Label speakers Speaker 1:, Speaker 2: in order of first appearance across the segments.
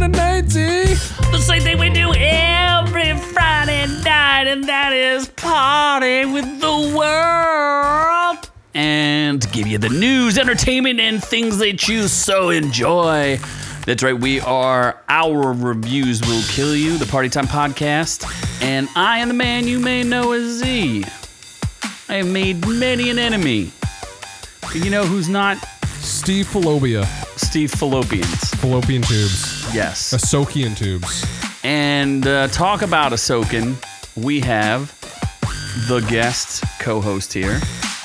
Speaker 1: Friday.
Speaker 2: The same thing we do every Friday night, and that is party with the world. And give you the news, entertainment, and things they choose, so enjoy. That's right, we are Our Reviews Will Kill You, the Party Time Podcast. And I am the man you may know as Z. I have made many an enemy. But You know who's not?
Speaker 1: Steve Fallopia.
Speaker 2: Steve Fallopians.
Speaker 1: Fallopian tubes.
Speaker 2: Yes.
Speaker 1: Asokian tubes.
Speaker 2: And uh, talk about a soaking. We have the guest co-host here,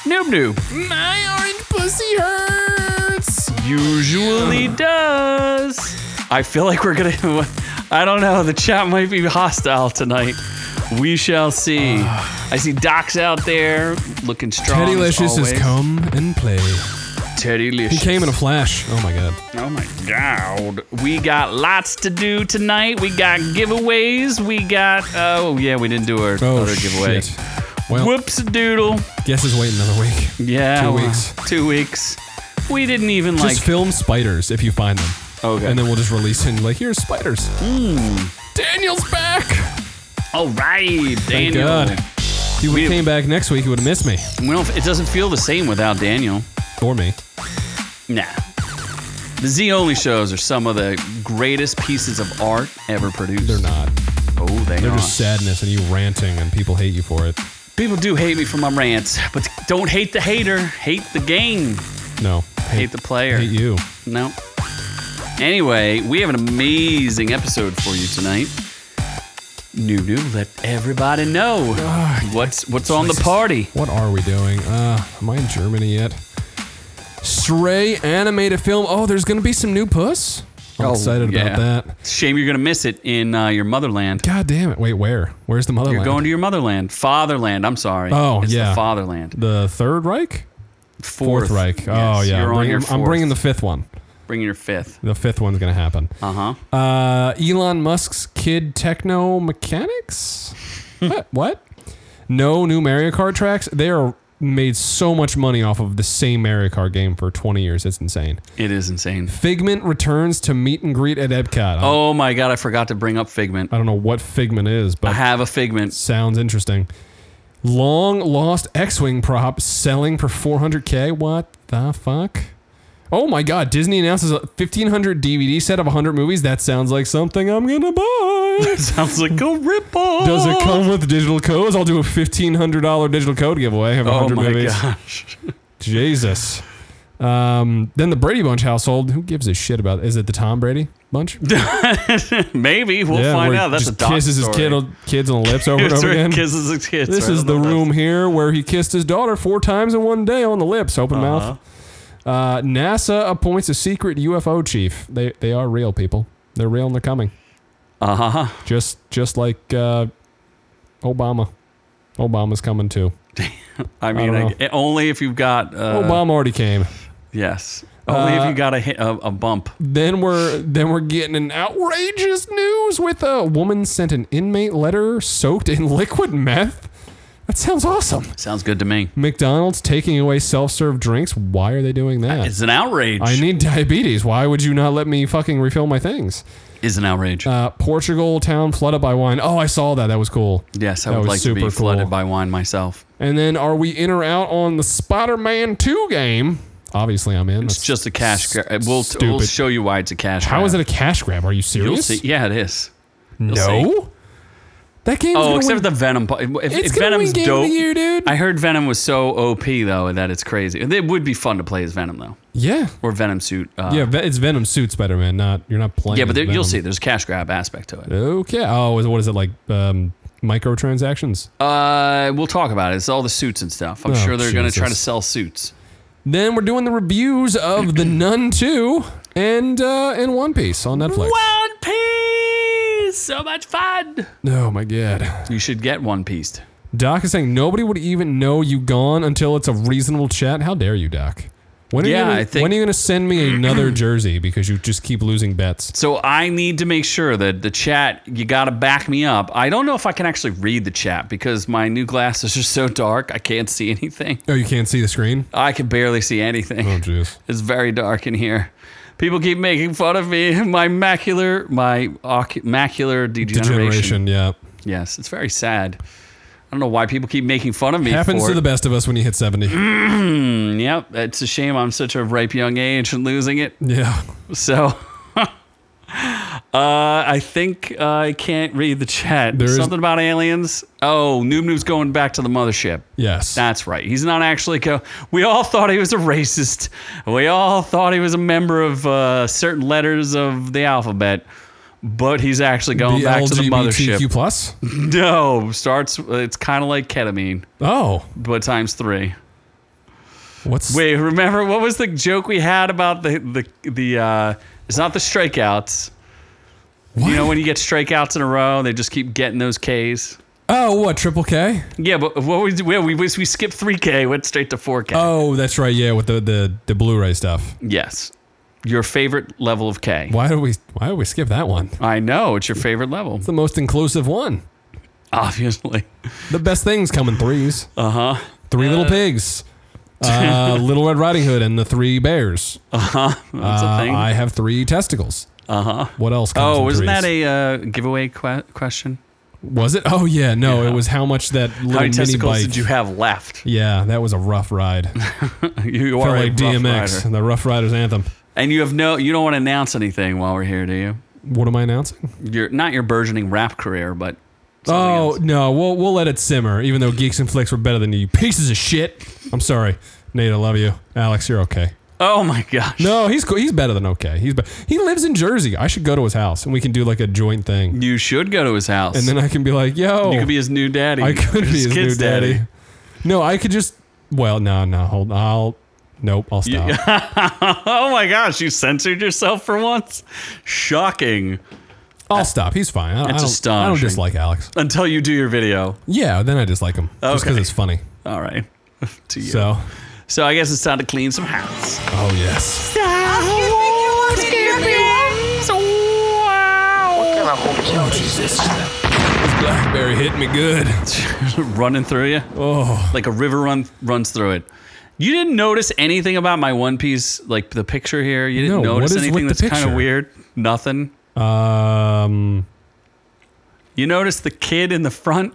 Speaker 2: Noob Noob.
Speaker 1: My orange pussy hurts.
Speaker 2: Usually does. I feel like we're gonna. I don't know. The chat might be hostile tonight. We shall see. I see Doc's out there looking strong.
Speaker 1: Uh. Teddy
Speaker 2: as
Speaker 1: Licious has
Speaker 2: always.
Speaker 1: come and played.
Speaker 2: Teddy
Speaker 1: He
Speaker 2: Licious.
Speaker 1: came in a flash. Oh my god.
Speaker 2: Oh my god. We got lots to do tonight. We got giveaways. We got. Oh yeah, we didn't do our
Speaker 1: Oh
Speaker 2: other giveaway.
Speaker 1: shit. Well,
Speaker 2: Whoops doodle.
Speaker 1: guess is waiting another week.
Speaker 2: Yeah.
Speaker 1: Two
Speaker 2: well,
Speaker 1: weeks.
Speaker 2: Two weeks. We didn't even like.
Speaker 1: Just film spiders if you find them.
Speaker 2: Okay. Hmm.
Speaker 1: And then we'll just release it and like, here's spiders. Daniel's back.
Speaker 2: All right,
Speaker 1: Thank
Speaker 2: Daniel.
Speaker 1: God. If He would
Speaker 2: We-
Speaker 1: have came back next week, he would have missed me.
Speaker 2: We don't, it doesn't feel the same without Daniel.
Speaker 1: Or me.
Speaker 2: Nah. The Z Only shows are some of the greatest pieces of art ever produced.
Speaker 1: They're not.
Speaker 2: Oh, they
Speaker 1: They're
Speaker 2: are.
Speaker 1: just sadness and you ranting and people hate you for it.
Speaker 2: People do hate me for my rants, but don't hate the hater. Hate the game.
Speaker 1: No.
Speaker 2: Hate the player.
Speaker 1: Hate you.
Speaker 2: No. Anyway, we have an amazing episode for you tonight. New new, let everybody know what's what's on the party.
Speaker 1: What are we doing? Uh, am I in Germany yet? Stray animated film. Oh, there's going to be some new puss. I'm
Speaker 2: Oh,
Speaker 1: excited
Speaker 2: yeah.
Speaker 1: about that.
Speaker 2: It's a Shame you're gonna miss it in uh, your motherland.
Speaker 1: God damn it. Wait, where? Where's the
Speaker 2: You're
Speaker 1: motherland?
Speaker 2: going to your motherland, fatherland. I'm sorry.
Speaker 1: Oh,
Speaker 2: it's
Speaker 1: yeah.
Speaker 2: the fatherland.
Speaker 1: the Third Reich?
Speaker 2: Fourth,
Speaker 1: Reich.
Speaker 2: Yes,
Speaker 1: oh, yeah.
Speaker 2: You're
Speaker 1: I'm,
Speaker 2: on
Speaker 1: bringing,
Speaker 2: your
Speaker 1: I'm
Speaker 2: fourth.
Speaker 1: bringing the fifth one.
Speaker 2: bringing your fifth.
Speaker 1: The fifth one's going to happen.
Speaker 2: Uh huh.
Speaker 1: Uh, Elon Musk's kid techno mechanics. what? what? No new Mario Kart tracks. They are made so much money off of the same Mario Kart game for 20 years. It's insane.
Speaker 2: It is insane.
Speaker 1: Figment returns to meet and greet at Epcot. I-
Speaker 2: Oh my god, I forgot to bring up Figment.
Speaker 1: I don't know what Figment is,
Speaker 2: I
Speaker 1: but
Speaker 2: have a Figment.
Speaker 1: sounds interesting. Long lost X-wing prop selling for 400k. What the fuck? Oh my god, Disney announces a 1500 DVD set of 100 movies. That sounds like something I'm going to buy.
Speaker 2: Sounds like a ripple.
Speaker 1: Does it come with digital codes? I'll do a fifteen hundred dollar digital code giveaway. I have
Speaker 2: Oh
Speaker 1: hundred
Speaker 2: my
Speaker 1: movies.
Speaker 2: gosh.
Speaker 1: Jesus. Um, then the Brady Bunch household. Who gives a shit about? Is it the Tom Brady Bunch? We'll
Speaker 2: Maybe we'll find out. That's a
Speaker 1: just
Speaker 2: doc
Speaker 1: kisses
Speaker 2: story.
Speaker 1: his kid, kids on the lips over and
Speaker 2: Kisses
Speaker 1: over
Speaker 2: her-
Speaker 1: again.
Speaker 2: Kisses his kids.
Speaker 1: This
Speaker 2: right? I
Speaker 1: is
Speaker 2: don't
Speaker 1: the
Speaker 2: know if
Speaker 1: room here where he kissed his daughter four times in one day on the lips, open
Speaker 2: Uh-huh.
Speaker 1: mouth. Uh, NASA appoints a secret UFO chief. They they are real people. They're real and they're coming.
Speaker 2: that's- Uh-huh.
Speaker 1: Just just like uh, Obama. Obama's coming too.
Speaker 2: I mean,
Speaker 1: don't
Speaker 2: like, only if you've got. Uh,
Speaker 1: Obama already came.
Speaker 2: Yes. Only if
Speaker 1: Uh,
Speaker 2: you got a, hit, a a bump.
Speaker 1: Then we're then we're getting an outrageous news with a woman sent an inmate letter soaked in liquid meth. That sounds awesome.
Speaker 2: Sounds good to me.
Speaker 1: McDonald's taking away self-serve drinks. Why are they doing that?
Speaker 2: It's an outrage.
Speaker 1: I need diabetes. Why would you not let me fucking refill my things?
Speaker 2: is an outrage.
Speaker 1: Uh, Portugal town flooded by wine. Oh, I saw that. That was cool.
Speaker 2: yes, I
Speaker 1: that
Speaker 2: would
Speaker 1: was
Speaker 2: like to be
Speaker 1: super
Speaker 2: flooded
Speaker 1: cool.
Speaker 2: by wine myself.
Speaker 1: And then are we in or out on the Spider-Man 2 game? Obviously, I'm in.
Speaker 2: It's
Speaker 1: That's-
Speaker 2: just a cash grab. We'll, we'll
Speaker 1: stupid.
Speaker 2: show you why it's a cash grab.
Speaker 1: How is it a cash grab? Are you serious?
Speaker 2: You'll see. Yeah, it is. You'll see.
Speaker 1: No. That game.
Speaker 2: Oh,
Speaker 1: gonna
Speaker 2: except
Speaker 1: win
Speaker 2: for the Venom. part. If,
Speaker 1: It's
Speaker 2: if
Speaker 1: gonna
Speaker 2: Venom's
Speaker 1: win game
Speaker 2: dope,
Speaker 1: of the year, dude.
Speaker 2: I heard Venom was so OP though that it's crazy. It would be fun to play as Venom though,
Speaker 1: yeah,
Speaker 2: or Venom suit. Uh,
Speaker 1: yeah. Ve- It's Venom suit Spider Man. Not you're not playing.
Speaker 2: yeah, but there,
Speaker 1: as
Speaker 2: you'll see.
Speaker 1: Venom.
Speaker 2: There's a cash grab aspect to it.
Speaker 1: Okay. Oh, is- what is it like? Um, microtransactions.
Speaker 2: Uh, we'll talk about it. It's all the suits and stuff. I'm
Speaker 1: Oh,
Speaker 2: sure they're going to try to
Speaker 1: Jesus.
Speaker 2: sell suits.
Speaker 1: Then we're doing the reviews of the Nun Two and uh, and One Piece on Netflix.
Speaker 2: One Piece, so much fun.
Speaker 1: Oh my god.
Speaker 2: You should get One Piece.
Speaker 1: Doc is saying nobody would even know you gone until it's a reasonable chat. How dare you, Doc? When are
Speaker 2: Yeah,
Speaker 1: you gonna,
Speaker 2: I think-
Speaker 1: when are you gonna send me another jersey because you just keep losing bets?
Speaker 2: So I need to make sure that the chat, you got to back me up. I don't know if I can actually read the chat because my new glasses are so dark, I can't see anything.
Speaker 1: Oh, you can't see the screen.
Speaker 2: I can barely see anything.
Speaker 1: Oh, jeez.
Speaker 2: It's very dark in here. People keep making fun of me. My macular, my ocu- macular degeneration.
Speaker 1: Degeneration, yeah.
Speaker 2: Yes, it's very sad. I don't know why people keep making fun of me.
Speaker 1: Happens
Speaker 2: for
Speaker 1: to
Speaker 2: it.
Speaker 1: the best of us when you hit 70.
Speaker 2: Mm, Yep, it's a shame I'm such a ripe young age and losing it.
Speaker 1: yeah.
Speaker 2: So, uh, I think I can't read the chat.
Speaker 1: There is-
Speaker 2: Something about aliens. Oh, Noob Noob's going back to the mothership.
Speaker 1: Yes.
Speaker 2: That's right. He's not actually. Co- we all thought he was a racist. We all thought he was a member of uh, certain letters of the alphabet. But he's actually
Speaker 1: the
Speaker 2: going back to the
Speaker 1: LGBTQ
Speaker 2: mothership.
Speaker 1: plus.
Speaker 2: No, starts. It's kind of like ketamine,
Speaker 1: Oh,
Speaker 2: but times three.
Speaker 1: what's
Speaker 2: Wait, remember what was the joke we had about the the the? Uh, it's not the strikeouts. You know when you get strikeouts in a row, they just keep getting those Ks.
Speaker 1: Oh, what triple K?
Speaker 2: Yeah, but what we well, we we skipped three K, went straight to four K.
Speaker 1: Oh, that's right. Yeah, with the the, the Blu-ray stuff.
Speaker 2: Yes, your favorite level of K. I
Speaker 1: Why do we Why do we skip that one? It's
Speaker 2: know it's your favorite level,
Speaker 1: the most inclusive one.
Speaker 2: obviously.
Speaker 1: The best things come in threes.
Speaker 2: Uh huh.
Speaker 1: Three Little Pigs, uh, Little Red Riding Hood, and the Three Bears.
Speaker 2: That's a
Speaker 1: Uh,
Speaker 2: thing.
Speaker 1: I have three testicles.
Speaker 2: Uh huh.
Speaker 1: What else? Comes
Speaker 2: Oh,
Speaker 1: in
Speaker 2: wasn't
Speaker 1: threes?
Speaker 2: that a uh, giveaway que- question?
Speaker 1: Was it? Oh yeah, no,
Speaker 2: Yeah.
Speaker 1: it was how much that little
Speaker 2: How many
Speaker 1: mini
Speaker 2: testicles
Speaker 1: bike.
Speaker 2: did you have left?
Speaker 1: yeah, that was a rough ride.
Speaker 2: you are
Speaker 1: Felt
Speaker 2: a
Speaker 1: like
Speaker 2: rough
Speaker 1: DMX,
Speaker 2: rider.
Speaker 1: the Rough Riders anthem.
Speaker 2: and you have no. You don't want to announce anything while we're here, do you?
Speaker 1: What am I announcing?
Speaker 2: your not your burgeoning rap career, but
Speaker 1: oh
Speaker 2: something else.
Speaker 1: no, we'll we'll let it simmer. Even though geeks and flicks were better than you pieces of shit. I'm sorry, Nate. I love you, Alex. You're okay.
Speaker 2: oh my gosh,
Speaker 1: No, he's cool. He's better than okay. He's be- he lives in Jersey. I should go to his house and we can do like a joint thing.
Speaker 2: you should go to his house,
Speaker 1: And then I can be like, yo,
Speaker 2: you could be his new daddy.
Speaker 1: I could be his new
Speaker 2: kid's
Speaker 1: daddy. No, I could just. Well, no, no, hold. I'll. Nope, I'll stop.
Speaker 2: Oh my gosh, you censored yourself for once. Shocking.
Speaker 1: I'll stop. He's fine. I, I
Speaker 2: It's
Speaker 1: don't, I don't
Speaker 2: astonishing.
Speaker 1: dislike Alex.
Speaker 2: Until you do your video.
Speaker 1: Yeah, then I dislike him just because
Speaker 2: Okay.
Speaker 1: it's funny.
Speaker 2: All right. to you. So.
Speaker 1: So,
Speaker 2: I guess it's time to clean some house.
Speaker 1: oh yes, BlackBerry hit me good.
Speaker 2: Running through you.
Speaker 1: Oh,
Speaker 2: Like a river run runs through it. You didn't notice anything about my One Piece, like the picture here. You didn't
Speaker 1: No, what
Speaker 2: notice
Speaker 1: is with
Speaker 2: anything
Speaker 1: the
Speaker 2: that's kind of
Speaker 1: picture?
Speaker 2: weird. Nothing.
Speaker 1: um,
Speaker 2: You notice the kid in the front?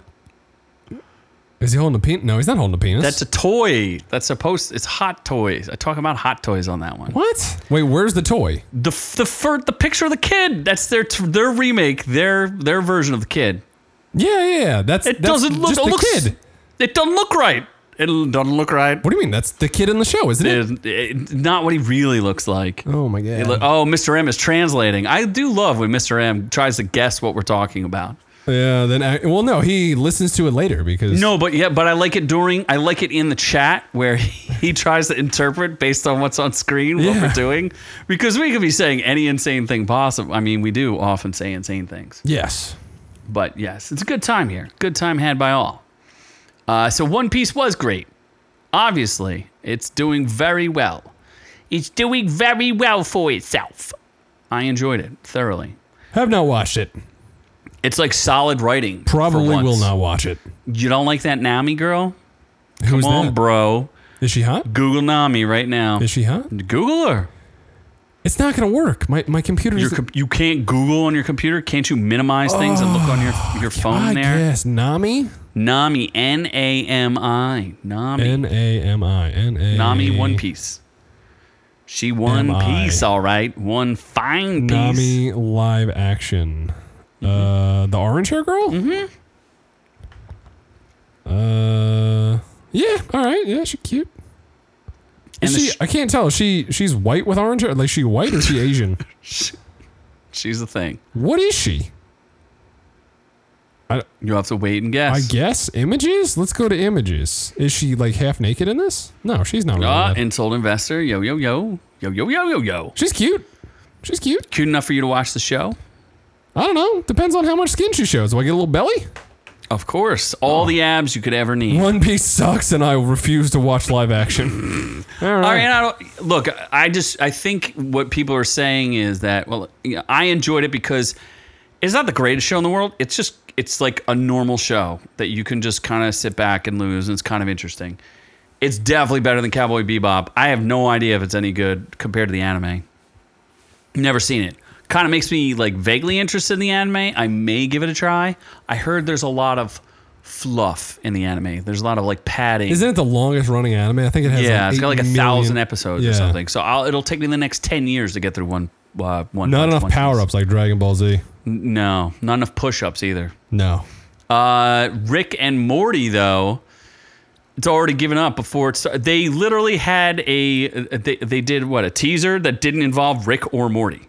Speaker 1: is he holding a penis? No, he's not holding a penis.
Speaker 2: That's a toy. That's supposed. It's hot toys. I talk about hot toys on that one.
Speaker 1: what? Wait, where's the toy?
Speaker 2: The f- the fir- the picture of the kid. That's their t- their remake. Their their version of the kid.
Speaker 1: Yeah, yeah, yeah. That's
Speaker 2: It
Speaker 1: that's
Speaker 2: doesn't look.
Speaker 1: just
Speaker 2: it
Speaker 1: the
Speaker 2: looks-
Speaker 1: kid.
Speaker 2: It doesn't look right. It l- doesn't look right.
Speaker 1: What do you mean? That's the kid in the show, isn't
Speaker 2: It-
Speaker 1: it?
Speaker 2: it- not what he really looks like.
Speaker 1: Oh my god.
Speaker 2: It look- oh, Mr. M is translating. I do love when Mr. M tries to guess what we're talking about.
Speaker 1: yeah. Then I, well, no, he listens to it later because
Speaker 2: No, but yeah, but I like it during. I like it in the chat where he, he tries to interpret based on what's on screen what
Speaker 1: Yeah.
Speaker 2: we're doing, because we could be saying any insane thing possible. I mean, we do often say insane things,
Speaker 1: Yes.
Speaker 2: but yes, it's a good time here. Good time had by all. Uh, so One Piece was great. Obviously, it's doing very well. It's doing very well for itself. I enjoyed it thoroughly.
Speaker 1: Have not watched it.
Speaker 2: It's like solid writing. for
Speaker 1: Probably will
Speaker 2: once.
Speaker 1: not watch it.
Speaker 2: You don't like that Nami girl?
Speaker 1: Who's
Speaker 2: Come on,
Speaker 1: that?
Speaker 2: bro.
Speaker 1: Is she hot?
Speaker 2: Google Nami right now.
Speaker 1: Is she hot?
Speaker 2: Google her.
Speaker 1: It's not gonna work. My my computer.
Speaker 2: Your
Speaker 1: is
Speaker 2: com- you can't Google on your computer. Can't you minimize things and look on your
Speaker 1: Oh,
Speaker 2: your phone there?
Speaker 1: Yes, Nami.
Speaker 2: Nami, N A M I, Nami,
Speaker 1: N A M I N A.
Speaker 2: Nami, One Piece. She one
Speaker 1: M.I..
Speaker 2: piece, all right, one fine piece.
Speaker 1: Nami live action.
Speaker 2: Mm-hmm.
Speaker 1: Uh, the orange hair girl. Mm-hmm. Uh, yeah. All right. Yeah, she's cute.
Speaker 2: and
Speaker 1: Is
Speaker 2: the
Speaker 1: she,
Speaker 2: sh-
Speaker 1: I can't tell. Is She she's white with orange hair. Like she white or is she Asian?
Speaker 2: she's the thing.
Speaker 1: what is she?
Speaker 2: You have to wait and
Speaker 1: I
Speaker 2: guess.
Speaker 1: guess images. Let's go to images. Is she like half naked in this? No, she's not. Really
Speaker 2: Ah,
Speaker 1: that.
Speaker 2: Insult investor, yo yo yo, yo yo yo yo yo.
Speaker 1: she's cute. She's cute.
Speaker 2: Cute enough for you to watch the show?
Speaker 1: I don't know. Depends on how much skin she shows. Do I get a little belly?
Speaker 2: Of course, all the abs you could ever need.
Speaker 1: One Piece sucks, and I refuse to watch live action. All right.
Speaker 2: All right, I don't, look, I just I think what people are saying is that well, yeah, I enjoyed it because it's not the greatest show in the world. It's just it's like a normal show that you can just kind of sit back and lose, and it's kind of interesting. It's definitely better than Cowboy Bebop. I have no idea if it's any good compared to the anime. Never seen it. Kind of makes me like vaguely interested in the anime. I may give it a try. I heard there's a lot of fluff in the anime. There's a lot of like padding.
Speaker 1: Isn't it the longest running anime? I think it has.
Speaker 2: yeah,
Speaker 1: like
Speaker 2: it's got
Speaker 1: 8
Speaker 2: like a
Speaker 1: million
Speaker 2: thousand episodes
Speaker 1: Yeah.
Speaker 2: or something. So I'll, it'll take me the next ten years to get through one. Uh, one.
Speaker 1: Not
Speaker 2: Punch
Speaker 1: enough
Speaker 2: One Piece.
Speaker 1: power ups like Dragon Ball Z.
Speaker 2: N- No, not enough push-ups either.
Speaker 1: No.
Speaker 2: Uh, Rick and Morty though, it's already given up before it started. They literally had a uh, they, they did what a teaser that didn't involve Rick or Morty.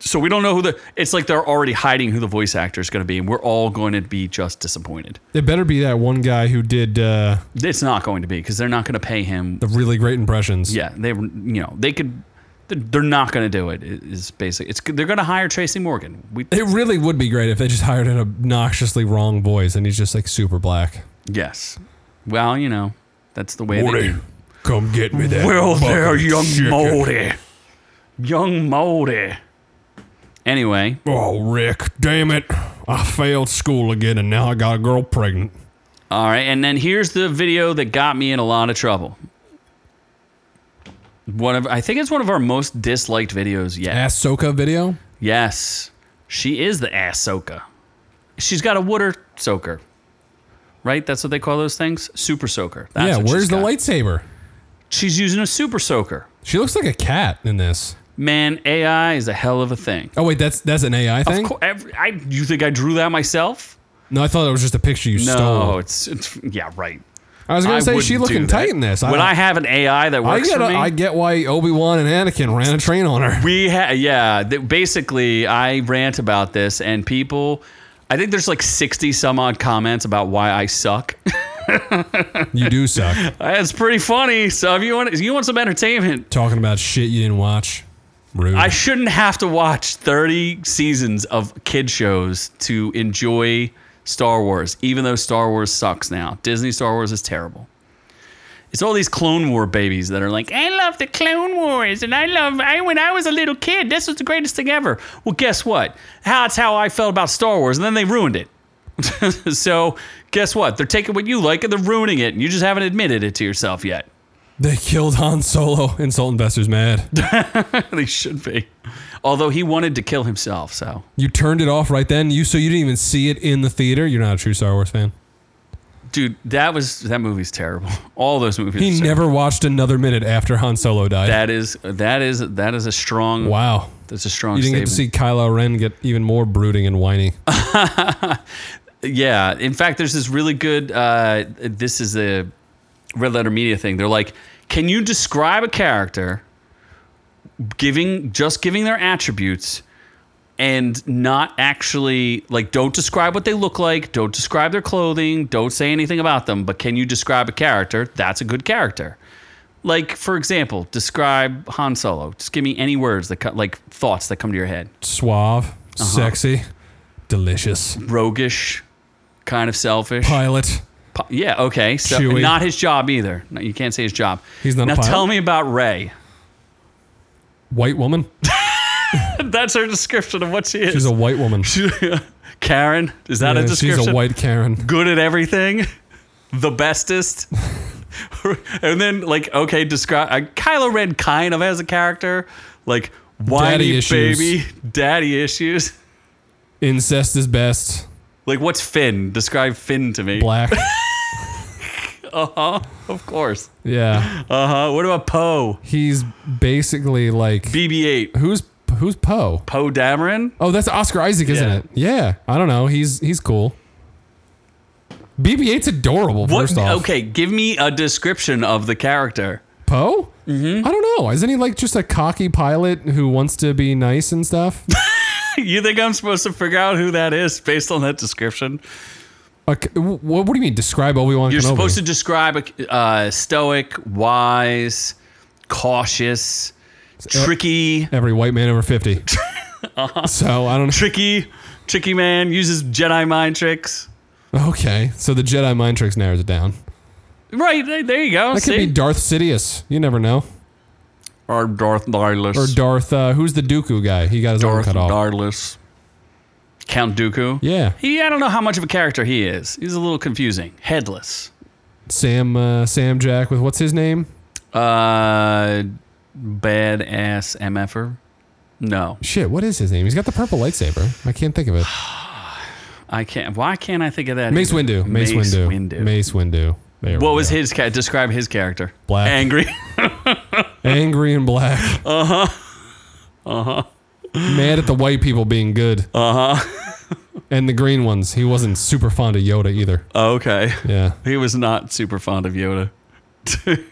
Speaker 2: So we don't know who the. It's like they're already hiding who the voice actor is going to be, and we're all going to be just disappointed.
Speaker 1: It better be that one guy who did uh,
Speaker 2: It's not going to be because they're not going to pay him.
Speaker 1: the really great impressions.
Speaker 2: Yeah, they you know they could. They're they're not going to do it. i- Is basic. It's they're going to hire Tracy Morgan. We
Speaker 1: It really would be great if they just hired an obnoxiously wrong voice and he's just like super black.
Speaker 2: yes. Well, you know that's the way. They,
Speaker 1: come get me that.
Speaker 2: Well, there,
Speaker 1: fucking
Speaker 2: young
Speaker 1: chicken.
Speaker 2: Moldy. Young Moldy. Anyway,
Speaker 1: Oh, Rick, damn it. I failed school again and now I got a girl pregnant.
Speaker 2: all right, and then here's the video that got me in a lot of trouble. One of I think it's one of our most disliked videos yet.
Speaker 1: Ahsoka video?
Speaker 2: Yes, she is the ass soaker. She's got a water soaker, right? That's what they call those things. Super soaker. That's
Speaker 1: yeah,
Speaker 2: what
Speaker 1: where's
Speaker 2: she's
Speaker 1: the
Speaker 2: got.
Speaker 1: lightsaber?
Speaker 2: She's using a super soaker.
Speaker 1: She looks like a cat in this.
Speaker 2: Man, AI is a hell of a thing.
Speaker 1: Oh wait, that's that's an AI thing?
Speaker 2: Of course, every, I, you think I drew that myself?
Speaker 1: No, I thought it was just a picture you
Speaker 2: No,
Speaker 1: stole.
Speaker 2: it's, it's yeah, right.
Speaker 1: I was gonna say she
Speaker 2: wouldn't do
Speaker 1: looking
Speaker 2: that.
Speaker 1: tight in this.
Speaker 2: When I have an AI that
Speaker 1: I
Speaker 2: works
Speaker 1: get
Speaker 2: for me,
Speaker 1: I get why Obi Wan and Anakin ran a train on her.
Speaker 2: we ha- yeah. th- basically, I rant about this, and people, I think there's like sixty some odd comments about why I suck.
Speaker 1: You do suck.
Speaker 2: It's pretty funny. So if you want, if you want some entertainment,
Speaker 1: Talking about shit you didn't watch. Rude.
Speaker 2: I shouldn't have to watch thirty seasons of kid shows to enjoy Star Wars. Even though Star Wars sucks now, Disney Star Wars is terrible. It's all these Clone War babies that are like, I love the Clone Wars, and I love I when I was a little kid, this was the greatest thing ever. Well, guess what? How it's how I felt about Star Wars, and then they ruined it. so guess what? They're taking what you like and they're ruining it, and you just haven't admitted it to yourself yet.
Speaker 1: they killed Han Solo. Insult investors mad.
Speaker 2: they should be. Although he wanted to kill himself, so
Speaker 1: You turned it off right then. You so you didn't even see it in the theater. You're not a true Star Wars fan.
Speaker 2: dude, that was that movie's terrible. All those movies.
Speaker 1: He
Speaker 2: are terrible.
Speaker 1: never watched another minute after Han Solo died.
Speaker 2: That is that is that is a strong.
Speaker 1: wow.
Speaker 2: That's a strong.
Speaker 1: You didn't get
Speaker 2: statement.
Speaker 1: to see Kylo Ren get even more brooding and whiny.
Speaker 2: Uh-huh. Yeah. In fact, there's this really good. Uh, this is a red letter media thing. They're like, can you describe a character, giving just giving their attributes, and not actually like don't describe what they look like, don't describe their clothing, don't say anything about them, but can you describe a character? That's a good character. Like for example, describe Han Solo. Just give me any words that co- like thoughts that come to your head.
Speaker 1: Suave, sexy, delicious.
Speaker 2: Roguish, kind of selfish.
Speaker 1: Pilot.
Speaker 2: Pi- Yeah. Okay. So
Speaker 1: Chewie.
Speaker 2: not his job either. No, you can't say his job.
Speaker 1: He's not a
Speaker 2: Now
Speaker 1: pilot?
Speaker 2: tell me about Ray.
Speaker 1: White woman.
Speaker 2: That's her description of what she is.
Speaker 1: She's a white woman.
Speaker 2: Karen. Is that a
Speaker 1: Yeah,
Speaker 2: description?
Speaker 1: she's a white Karen.
Speaker 2: Good at everything. The bestest. and then like okay, describe uh, Kylo Ren kind of as a character, like
Speaker 1: Daddy
Speaker 2: whiny
Speaker 1: issues.
Speaker 2: baby, daddy issues.
Speaker 1: Incest is best.
Speaker 2: Like what's Finn? Describe Finn to me.
Speaker 1: Black.
Speaker 2: Uh huh. Of course.
Speaker 1: Yeah.
Speaker 2: Uh huh. What about Poe?
Speaker 1: He's basically like
Speaker 2: BB-8.
Speaker 1: who's who's Poe?
Speaker 2: Poe Dameron.
Speaker 1: Oh, that's Oscar Isaac, isn't
Speaker 2: Yeah.
Speaker 1: it? Yeah. I don't know. He's he's cool. BB-8's adorable.
Speaker 2: What?
Speaker 1: First off,
Speaker 2: Okay, give me a description of the character.
Speaker 1: Poe. Mm-hmm. I don't know. Isn't he like just a cocky pilot who wants to be nice and stuff?
Speaker 2: You think I'm supposed to figure out who that is based on that description?
Speaker 1: Like, wh- what, what do you mean? Describe Obi Wan.
Speaker 2: You're supposed to describe a uh, stoic, wise, cautious,
Speaker 1: uh,
Speaker 2: tricky,
Speaker 1: every white man over 50
Speaker 2: Uh-huh.
Speaker 1: So I don't.
Speaker 2: tricky, tricky man uses Jedi mind tricks.
Speaker 1: Okay, so the Jedi mind tricks narrows it down.
Speaker 2: Right there there you go.
Speaker 1: That could
Speaker 2: See?
Speaker 1: be Darth Sidious. You never know.
Speaker 2: or Darth Darless.
Speaker 1: Or Darth. Uh, who's the Dooku guy? He got his arm
Speaker 2: Darth
Speaker 1: cut off.
Speaker 2: Darless. Count Dooku.
Speaker 1: Yeah,
Speaker 2: He, I don't know how much of a character he is. He's a little confusing. Headless.
Speaker 1: Sam. Uh, Sam Jack with what's his name?
Speaker 2: Uh, badass mf'er. No,
Speaker 1: Shit, what is his name? He's got the purple lightsaber. I can't think of it.
Speaker 2: I can't. Why can't I think of that?
Speaker 1: Mace
Speaker 2: either?
Speaker 1: Windu. Mace, Windu.
Speaker 2: Windu.
Speaker 1: Mace Windu. There
Speaker 2: What
Speaker 1: we
Speaker 2: was
Speaker 1: go.
Speaker 2: his character? Describe his character.
Speaker 1: Black.
Speaker 2: Angry.
Speaker 1: Angry and black. Uh huh. Uh
Speaker 2: Uh-huh.
Speaker 1: huh. Mad at the white people being good. Uh
Speaker 2: Uh-huh.
Speaker 1: huh. and the green ones. He wasn't super fond of Yoda either.
Speaker 2: okay.
Speaker 1: Yeah.
Speaker 2: He was not super fond of Yoda.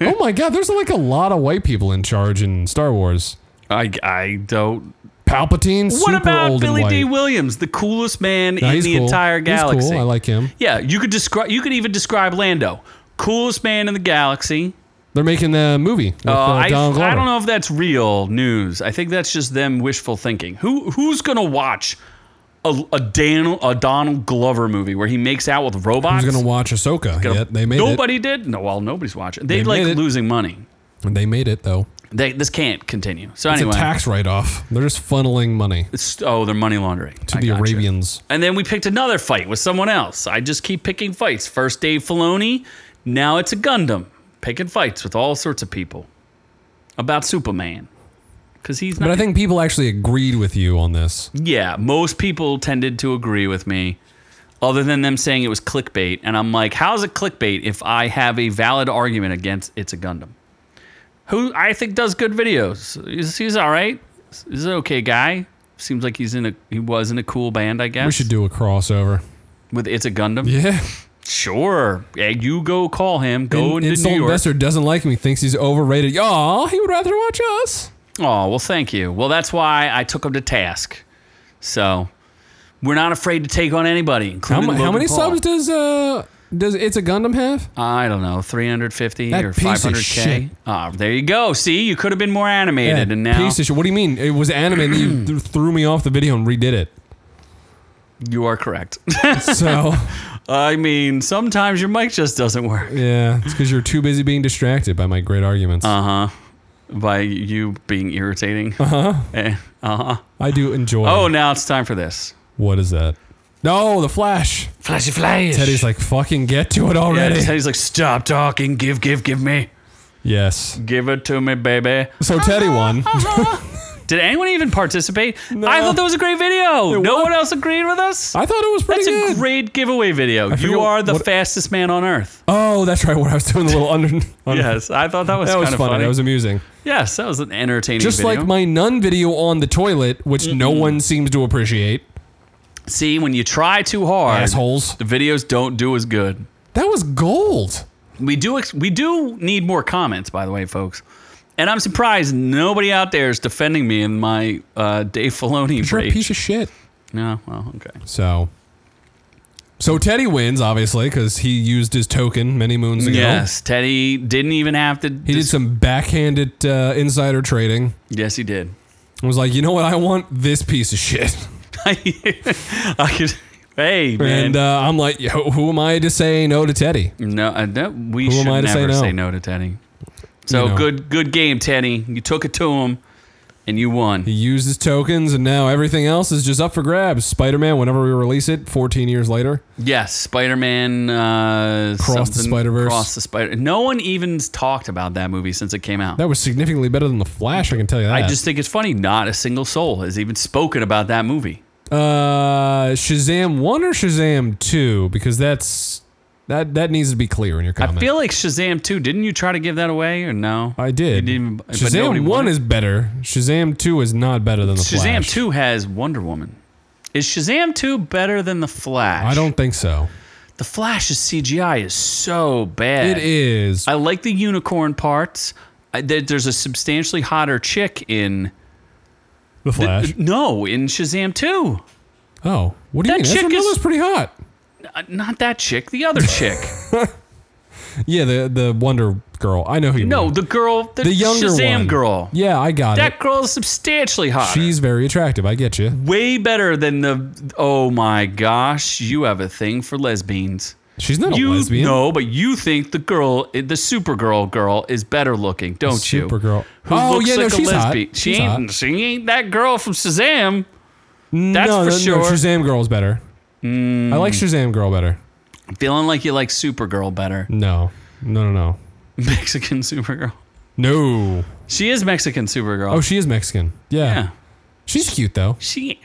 Speaker 1: oh my God. There's like a lot of white people in charge in Star Wars.
Speaker 2: I, I don't.
Speaker 1: Palpatine.
Speaker 2: What
Speaker 1: super
Speaker 2: about
Speaker 1: old
Speaker 2: Billy
Speaker 1: and white.
Speaker 2: D. Williams, the coolest man
Speaker 1: Nah,
Speaker 2: in
Speaker 1: he's
Speaker 2: the
Speaker 1: cool.
Speaker 2: entire galaxy?
Speaker 1: He's cool. I like him.
Speaker 2: yeah, you could describe. You could even describe Lando, coolest man in the galaxy.
Speaker 1: They're making the movie with uh,
Speaker 2: Uh, I,
Speaker 1: Donald Glover.
Speaker 2: I don't know if that's real news. I think that's just them wishful thinking. Who who's gonna watch a, a Dan a Donald Glover movie where he makes out with robots?
Speaker 1: Who's gonna watch Ahsoka?
Speaker 2: Gonna-
Speaker 1: Yet they made
Speaker 2: nobody did. No, well, nobody's watching. They,
Speaker 1: They
Speaker 2: like
Speaker 1: made it.
Speaker 2: losing money.
Speaker 1: it. They made it though.
Speaker 2: They this can't continue. So
Speaker 1: It's
Speaker 2: anyway,
Speaker 1: a tax write-off. They're just funneling money
Speaker 2: it's- oh, they're money laundering
Speaker 1: to the Arabians.
Speaker 2: And then we picked another fight with someone else. I just keep picking fights. First Dave Filoni, now it's a Gundam. Picking fights with all sorts of people about Superman. Because he's not.
Speaker 1: But I think people actually agreed with you on this.
Speaker 2: yeah, most people tended to agree with me, other than them saying it was clickbait. And I'm like, how's it clickbait if I have a valid argument against it's a Gundam? Who I think does good videos. He's, he's all right. He's an okay guy. Seems like he's in a he was in a cool band, I guess.
Speaker 1: We should do a crossover.
Speaker 2: with it's a Gundam.
Speaker 1: Yeah.
Speaker 2: Sure. Yeah, you go call him. Go
Speaker 1: An
Speaker 2: Oh, into
Speaker 1: insult
Speaker 2: New York.
Speaker 1: investor doesn't like me. Thinks he's overrated. Y'all, he would rather watch us.
Speaker 2: Oh, well, thank you. Well, that's why I took him to task. So we're not afraid to take on anybody,
Speaker 1: How,
Speaker 2: including
Speaker 1: mu- how
Speaker 2: Logan
Speaker 1: many
Speaker 2: Paul.
Speaker 1: subs does uh does it's a Gundam have?
Speaker 2: I don't know, 350
Speaker 1: That
Speaker 2: or
Speaker 1: piece of
Speaker 2: 500k.
Speaker 1: shit.
Speaker 2: Ah, there you go. See, you could have been more animated, and now
Speaker 1: Piece of shit. What do you mean? It was anime. and you th- threw me off the video and redid it.
Speaker 2: you are correct.
Speaker 1: So
Speaker 2: I mean, sometimes your mic just doesn't work.
Speaker 1: yeah, it's because you're too busy being distracted by my great arguments.
Speaker 2: Uh huh. By you being irritating.
Speaker 1: Uh-huh.
Speaker 2: Uh huh. Uh huh.
Speaker 1: I do enjoy.
Speaker 2: Oh, now it's time for this.
Speaker 1: What is that? No, the Flash.
Speaker 2: Flashy flash.
Speaker 1: Teddy's like, fucking get to it
Speaker 2: Yeah,
Speaker 1: already.
Speaker 2: Teddy's like, stop talking. Give, give, give me.
Speaker 1: yes.
Speaker 2: Give it to me, baby.
Speaker 1: So Teddy won.
Speaker 2: Did anyone even participate? I thought that was a great video. no
Speaker 1: was.
Speaker 2: one else agreed with us.
Speaker 1: I thought it was pretty
Speaker 2: That's a
Speaker 1: good.
Speaker 2: great giveaway video.
Speaker 1: forget
Speaker 2: You are the
Speaker 1: what-
Speaker 2: fastest man on earth.
Speaker 1: oh, that's right. What I was doing the little under. under-
Speaker 2: Yes, I thought that was
Speaker 1: That
Speaker 2: kind
Speaker 1: was
Speaker 2: of
Speaker 1: funny.
Speaker 2: funny.
Speaker 1: That was amusing.
Speaker 2: yes, that was an entertaining
Speaker 1: Just
Speaker 2: video.
Speaker 1: like my nun video on the toilet, which no one seems to appreciate.
Speaker 2: See, when you try too hard,
Speaker 1: Assholes.
Speaker 2: the videos don't do as good.
Speaker 1: That was gold.
Speaker 2: We do ex- we do need more comments, by the way, folks. And I'm surprised nobody out there is defending me in my uh, Dave Filoni
Speaker 1: You're a
Speaker 2: rage.
Speaker 1: piece of shit.
Speaker 2: No, well, okay.
Speaker 1: So. So Teddy wins, obviously, because he used his token many moons ago.
Speaker 2: Yes, Teddy didn't even have to.
Speaker 1: He did some backhanded uh, insider trading.
Speaker 2: yes, he did.
Speaker 1: I was like, you know what? I want this piece of shit.
Speaker 2: I could, hey man,
Speaker 1: And uh, I'm like, yo, who am I to say no to Teddy?
Speaker 2: no, I don't, we
Speaker 1: who
Speaker 2: should
Speaker 1: am I
Speaker 2: never
Speaker 1: to
Speaker 2: say
Speaker 1: say
Speaker 2: no?
Speaker 1: no?
Speaker 2: to Teddy. So
Speaker 1: know.
Speaker 2: good, good game, Teddy. You took it to him, and you
Speaker 1: He
Speaker 2: won.
Speaker 1: used his tokens, and now everything else is just up for grabs. Spider Man, whenever we release it, 14 years later.
Speaker 2: Yes, Spider Man uh,
Speaker 1: Cross the
Speaker 2: something-
Speaker 1: Spider-Verse.
Speaker 2: Cross the Spider. No one even's talked about that movie since it came out.
Speaker 1: That was significantly better than The Flash, I can tell you that.
Speaker 2: I just think it's funny. Not a single soul has even spoken about that movie.
Speaker 1: Uh, Shazam 1 or Shazam 2? Because that's. That, that needs to be clear in your comment.
Speaker 2: I feel like Shazam 2, didn't you try to give that away or no?
Speaker 1: I did.
Speaker 2: You didn't- but nobody
Speaker 1: Shazam 1
Speaker 2: wanted-
Speaker 1: is better. Shazam 2 is not better than The
Speaker 2: Shazam
Speaker 1: Flash.
Speaker 2: 2 has Wonder Woman. Is Shazam 2 better than The Flash?
Speaker 1: I don't think so.
Speaker 2: The Flash's CGI is so bad.
Speaker 1: It is.
Speaker 2: I like the unicorn parts. I, there, there's a substantially hotter chick in.
Speaker 1: the Flash.
Speaker 2: No, in Shazam 2.
Speaker 1: oh. What do
Speaker 2: That
Speaker 1: you mean?
Speaker 2: chick
Speaker 1: Ezra
Speaker 2: is-
Speaker 1: Miller's pretty hot.
Speaker 2: Uh, not that chick, the other chick.
Speaker 1: Yeah, the the Wonder Girl. I know who you
Speaker 2: No,
Speaker 1: mean.
Speaker 2: the girl, the,
Speaker 1: the younger
Speaker 2: Shazam
Speaker 1: one.
Speaker 2: girl.
Speaker 1: Yeah, I got
Speaker 2: That girl is substantially
Speaker 1: it.
Speaker 2: hotter.
Speaker 1: She's very attractive. I get you.
Speaker 2: way better than the. Oh my gosh, you have a thing for lesbians.
Speaker 1: She's not
Speaker 2: You
Speaker 1: a lesbian.
Speaker 2: no, but you think the girl, the Supergirl girl, is better looking, don't you?
Speaker 1: Supergirl.
Speaker 2: Who
Speaker 1: oh
Speaker 2: looks
Speaker 1: yeah,
Speaker 2: like
Speaker 1: no,
Speaker 2: a
Speaker 1: she's hot.
Speaker 2: lesbian. She
Speaker 1: She's
Speaker 2: ain't.
Speaker 1: hot.
Speaker 2: She ain't that girl from Shazam. That's
Speaker 1: no,
Speaker 2: for
Speaker 1: no,
Speaker 2: sure. Mm.
Speaker 1: No, Shazam Girl's better. I like Shazam Girl better.
Speaker 2: I'm feeling like you like Supergirl better.
Speaker 1: No, no, no, no,
Speaker 2: Mexican Supergirl.
Speaker 1: no.
Speaker 2: She is Mexican Supergirl.
Speaker 1: Oh, she is Mexican. Yeah.
Speaker 2: yeah.
Speaker 1: She's cute though.
Speaker 2: She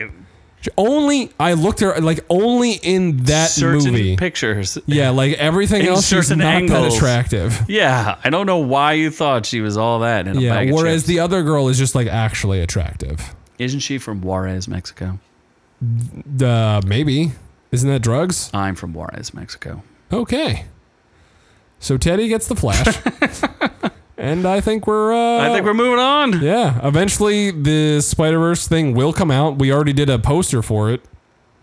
Speaker 1: She only I looked her like only in that
Speaker 2: certain
Speaker 1: movie.
Speaker 2: pictures.
Speaker 1: yeah, like everything
Speaker 2: In
Speaker 1: else, she's
Speaker 2: certain
Speaker 1: not that
Speaker 2: angles.
Speaker 1: attractive.
Speaker 2: Yeah, I don't know why you thought she was all that in a
Speaker 1: Yeah.
Speaker 2: bag of
Speaker 1: Whereas
Speaker 2: chips.
Speaker 1: the other girl is just like actually attractive.
Speaker 2: Isn't she from Juarez, Mexico?
Speaker 1: Uh, maybe isn't that drugs?
Speaker 2: I'm from Juarez, Mexico.
Speaker 1: Okay. So Teddy gets the flash, and I think we're. Uh,
Speaker 2: I think we're moving on.
Speaker 1: Yeah, eventually the Spider Verse thing will come out. We already did a poster for it.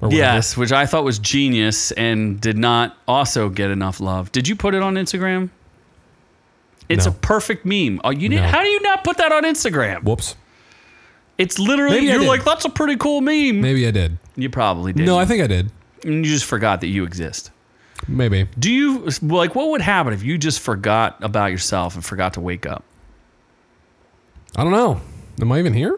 Speaker 1: Or whatever.
Speaker 2: Yes, which I thought was genius and did not also get enough love. Did you put it on Instagram? It's
Speaker 1: No.
Speaker 2: a perfect meme. Oh, you didn't,
Speaker 1: No.
Speaker 2: how do you not put that on Instagram?
Speaker 1: Whoops.
Speaker 2: It's literally
Speaker 1: Maybe I
Speaker 2: you're
Speaker 1: did.
Speaker 2: like that's a pretty cool meme.
Speaker 1: Maybe I did.
Speaker 2: You probably did.
Speaker 1: No, I think I did.
Speaker 2: you just forgot that you exist.
Speaker 1: Maybe.
Speaker 2: Do you like what would happen if you just forgot about yourself and forgot to wake up?
Speaker 1: I don't know. Am I even here?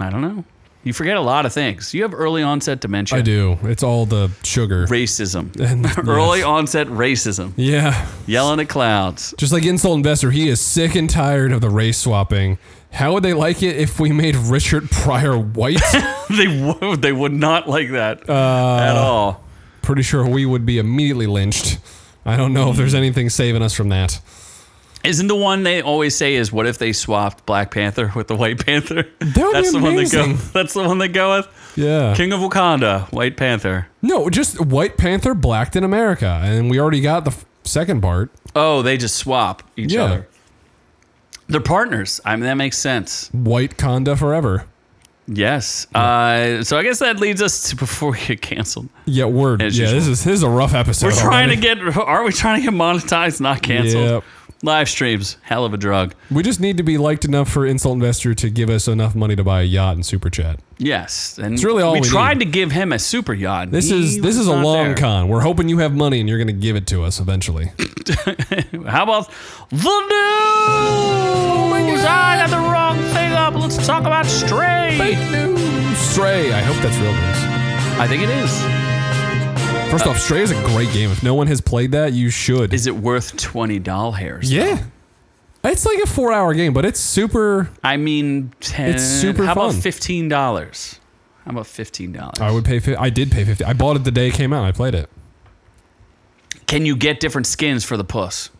Speaker 2: I don't know. You forget a lot of things. You have early onset dementia.
Speaker 1: I do. It's all the sugar.
Speaker 2: Racism.
Speaker 1: And-
Speaker 2: early onset racism.
Speaker 1: Yeah.
Speaker 2: Yelling at clouds.
Speaker 1: Just like Insult Investor, he is sick and tired of the race swapping. How would they like it if we made Richard Pryor white?
Speaker 2: they would they would not like that
Speaker 1: Uh.
Speaker 2: at all.
Speaker 1: Pretty sure we would be immediately lynched. I don't know if there's anything saving us from that.
Speaker 2: Isn't the one they always say is what if they swapped Black Panther with the White Panther?
Speaker 1: be
Speaker 2: that's the one they go.
Speaker 1: amazing.
Speaker 2: That's the one they go with.
Speaker 1: Yeah.
Speaker 2: King of Wakanda, White Panther.
Speaker 1: No, just White Panther blacked in America, and we already got the f- second part.
Speaker 2: Oh, they just swap each
Speaker 1: Yeah.
Speaker 2: other. They're partners. I mean, that makes sense.
Speaker 1: White Conda forever.
Speaker 2: Yes. Uh, so I guess that leads us to before we get canceled.
Speaker 1: Yeah, word.
Speaker 2: As
Speaker 1: yeah, this
Speaker 2: usual.
Speaker 1: is this is a rough episode.
Speaker 2: We're trying
Speaker 1: already.
Speaker 2: to get. Are we trying to get monetized? Not canceled.
Speaker 1: Yep.
Speaker 2: Live streams. Hell of a drug.
Speaker 1: We just need to be liked enough for Insult Investor to give us enough money to buy a yacht and super chat.
Speaker 2: Yes, and
Speaker 1: It's really all we
Speaker 2: tried to give him a super yacht.
Speaker 1: This
Speaker 2: He
Speaker 1: is this
Speaker 2: was
Speaker 1: is a
Speaker 2: not
Speaker 1: long
Speaker 2: there.
Speaker 1: con. We're hoping you have money and you're going to give it to us eventually.
Speaker 2: How about the news? I got the wrong thing up. Let's talk about Stray.
Speaker 1: news. Stray. I hope that's real news.
Speaker 2: I think it is. Uh,
Speaker 1: First off, Stray is a great game. If no one has played that, you should.
Speaker 2: Is it worth twenty doll hairs?
Speaker 1: yeah. It's like a 4-hour game, but it's super
Speaker 2: I mean, ten.
Speaker 1: It's super
Speaker 2: How
Speaker 1: fun.
Speaker 2: about fifteen dollars? How about fifteen dollars?
Speaker 1: I would pay. fi- I did pay fifty. I bought it the day it came out. and I played it.
Speaker 2: Can you get different skins for the puss?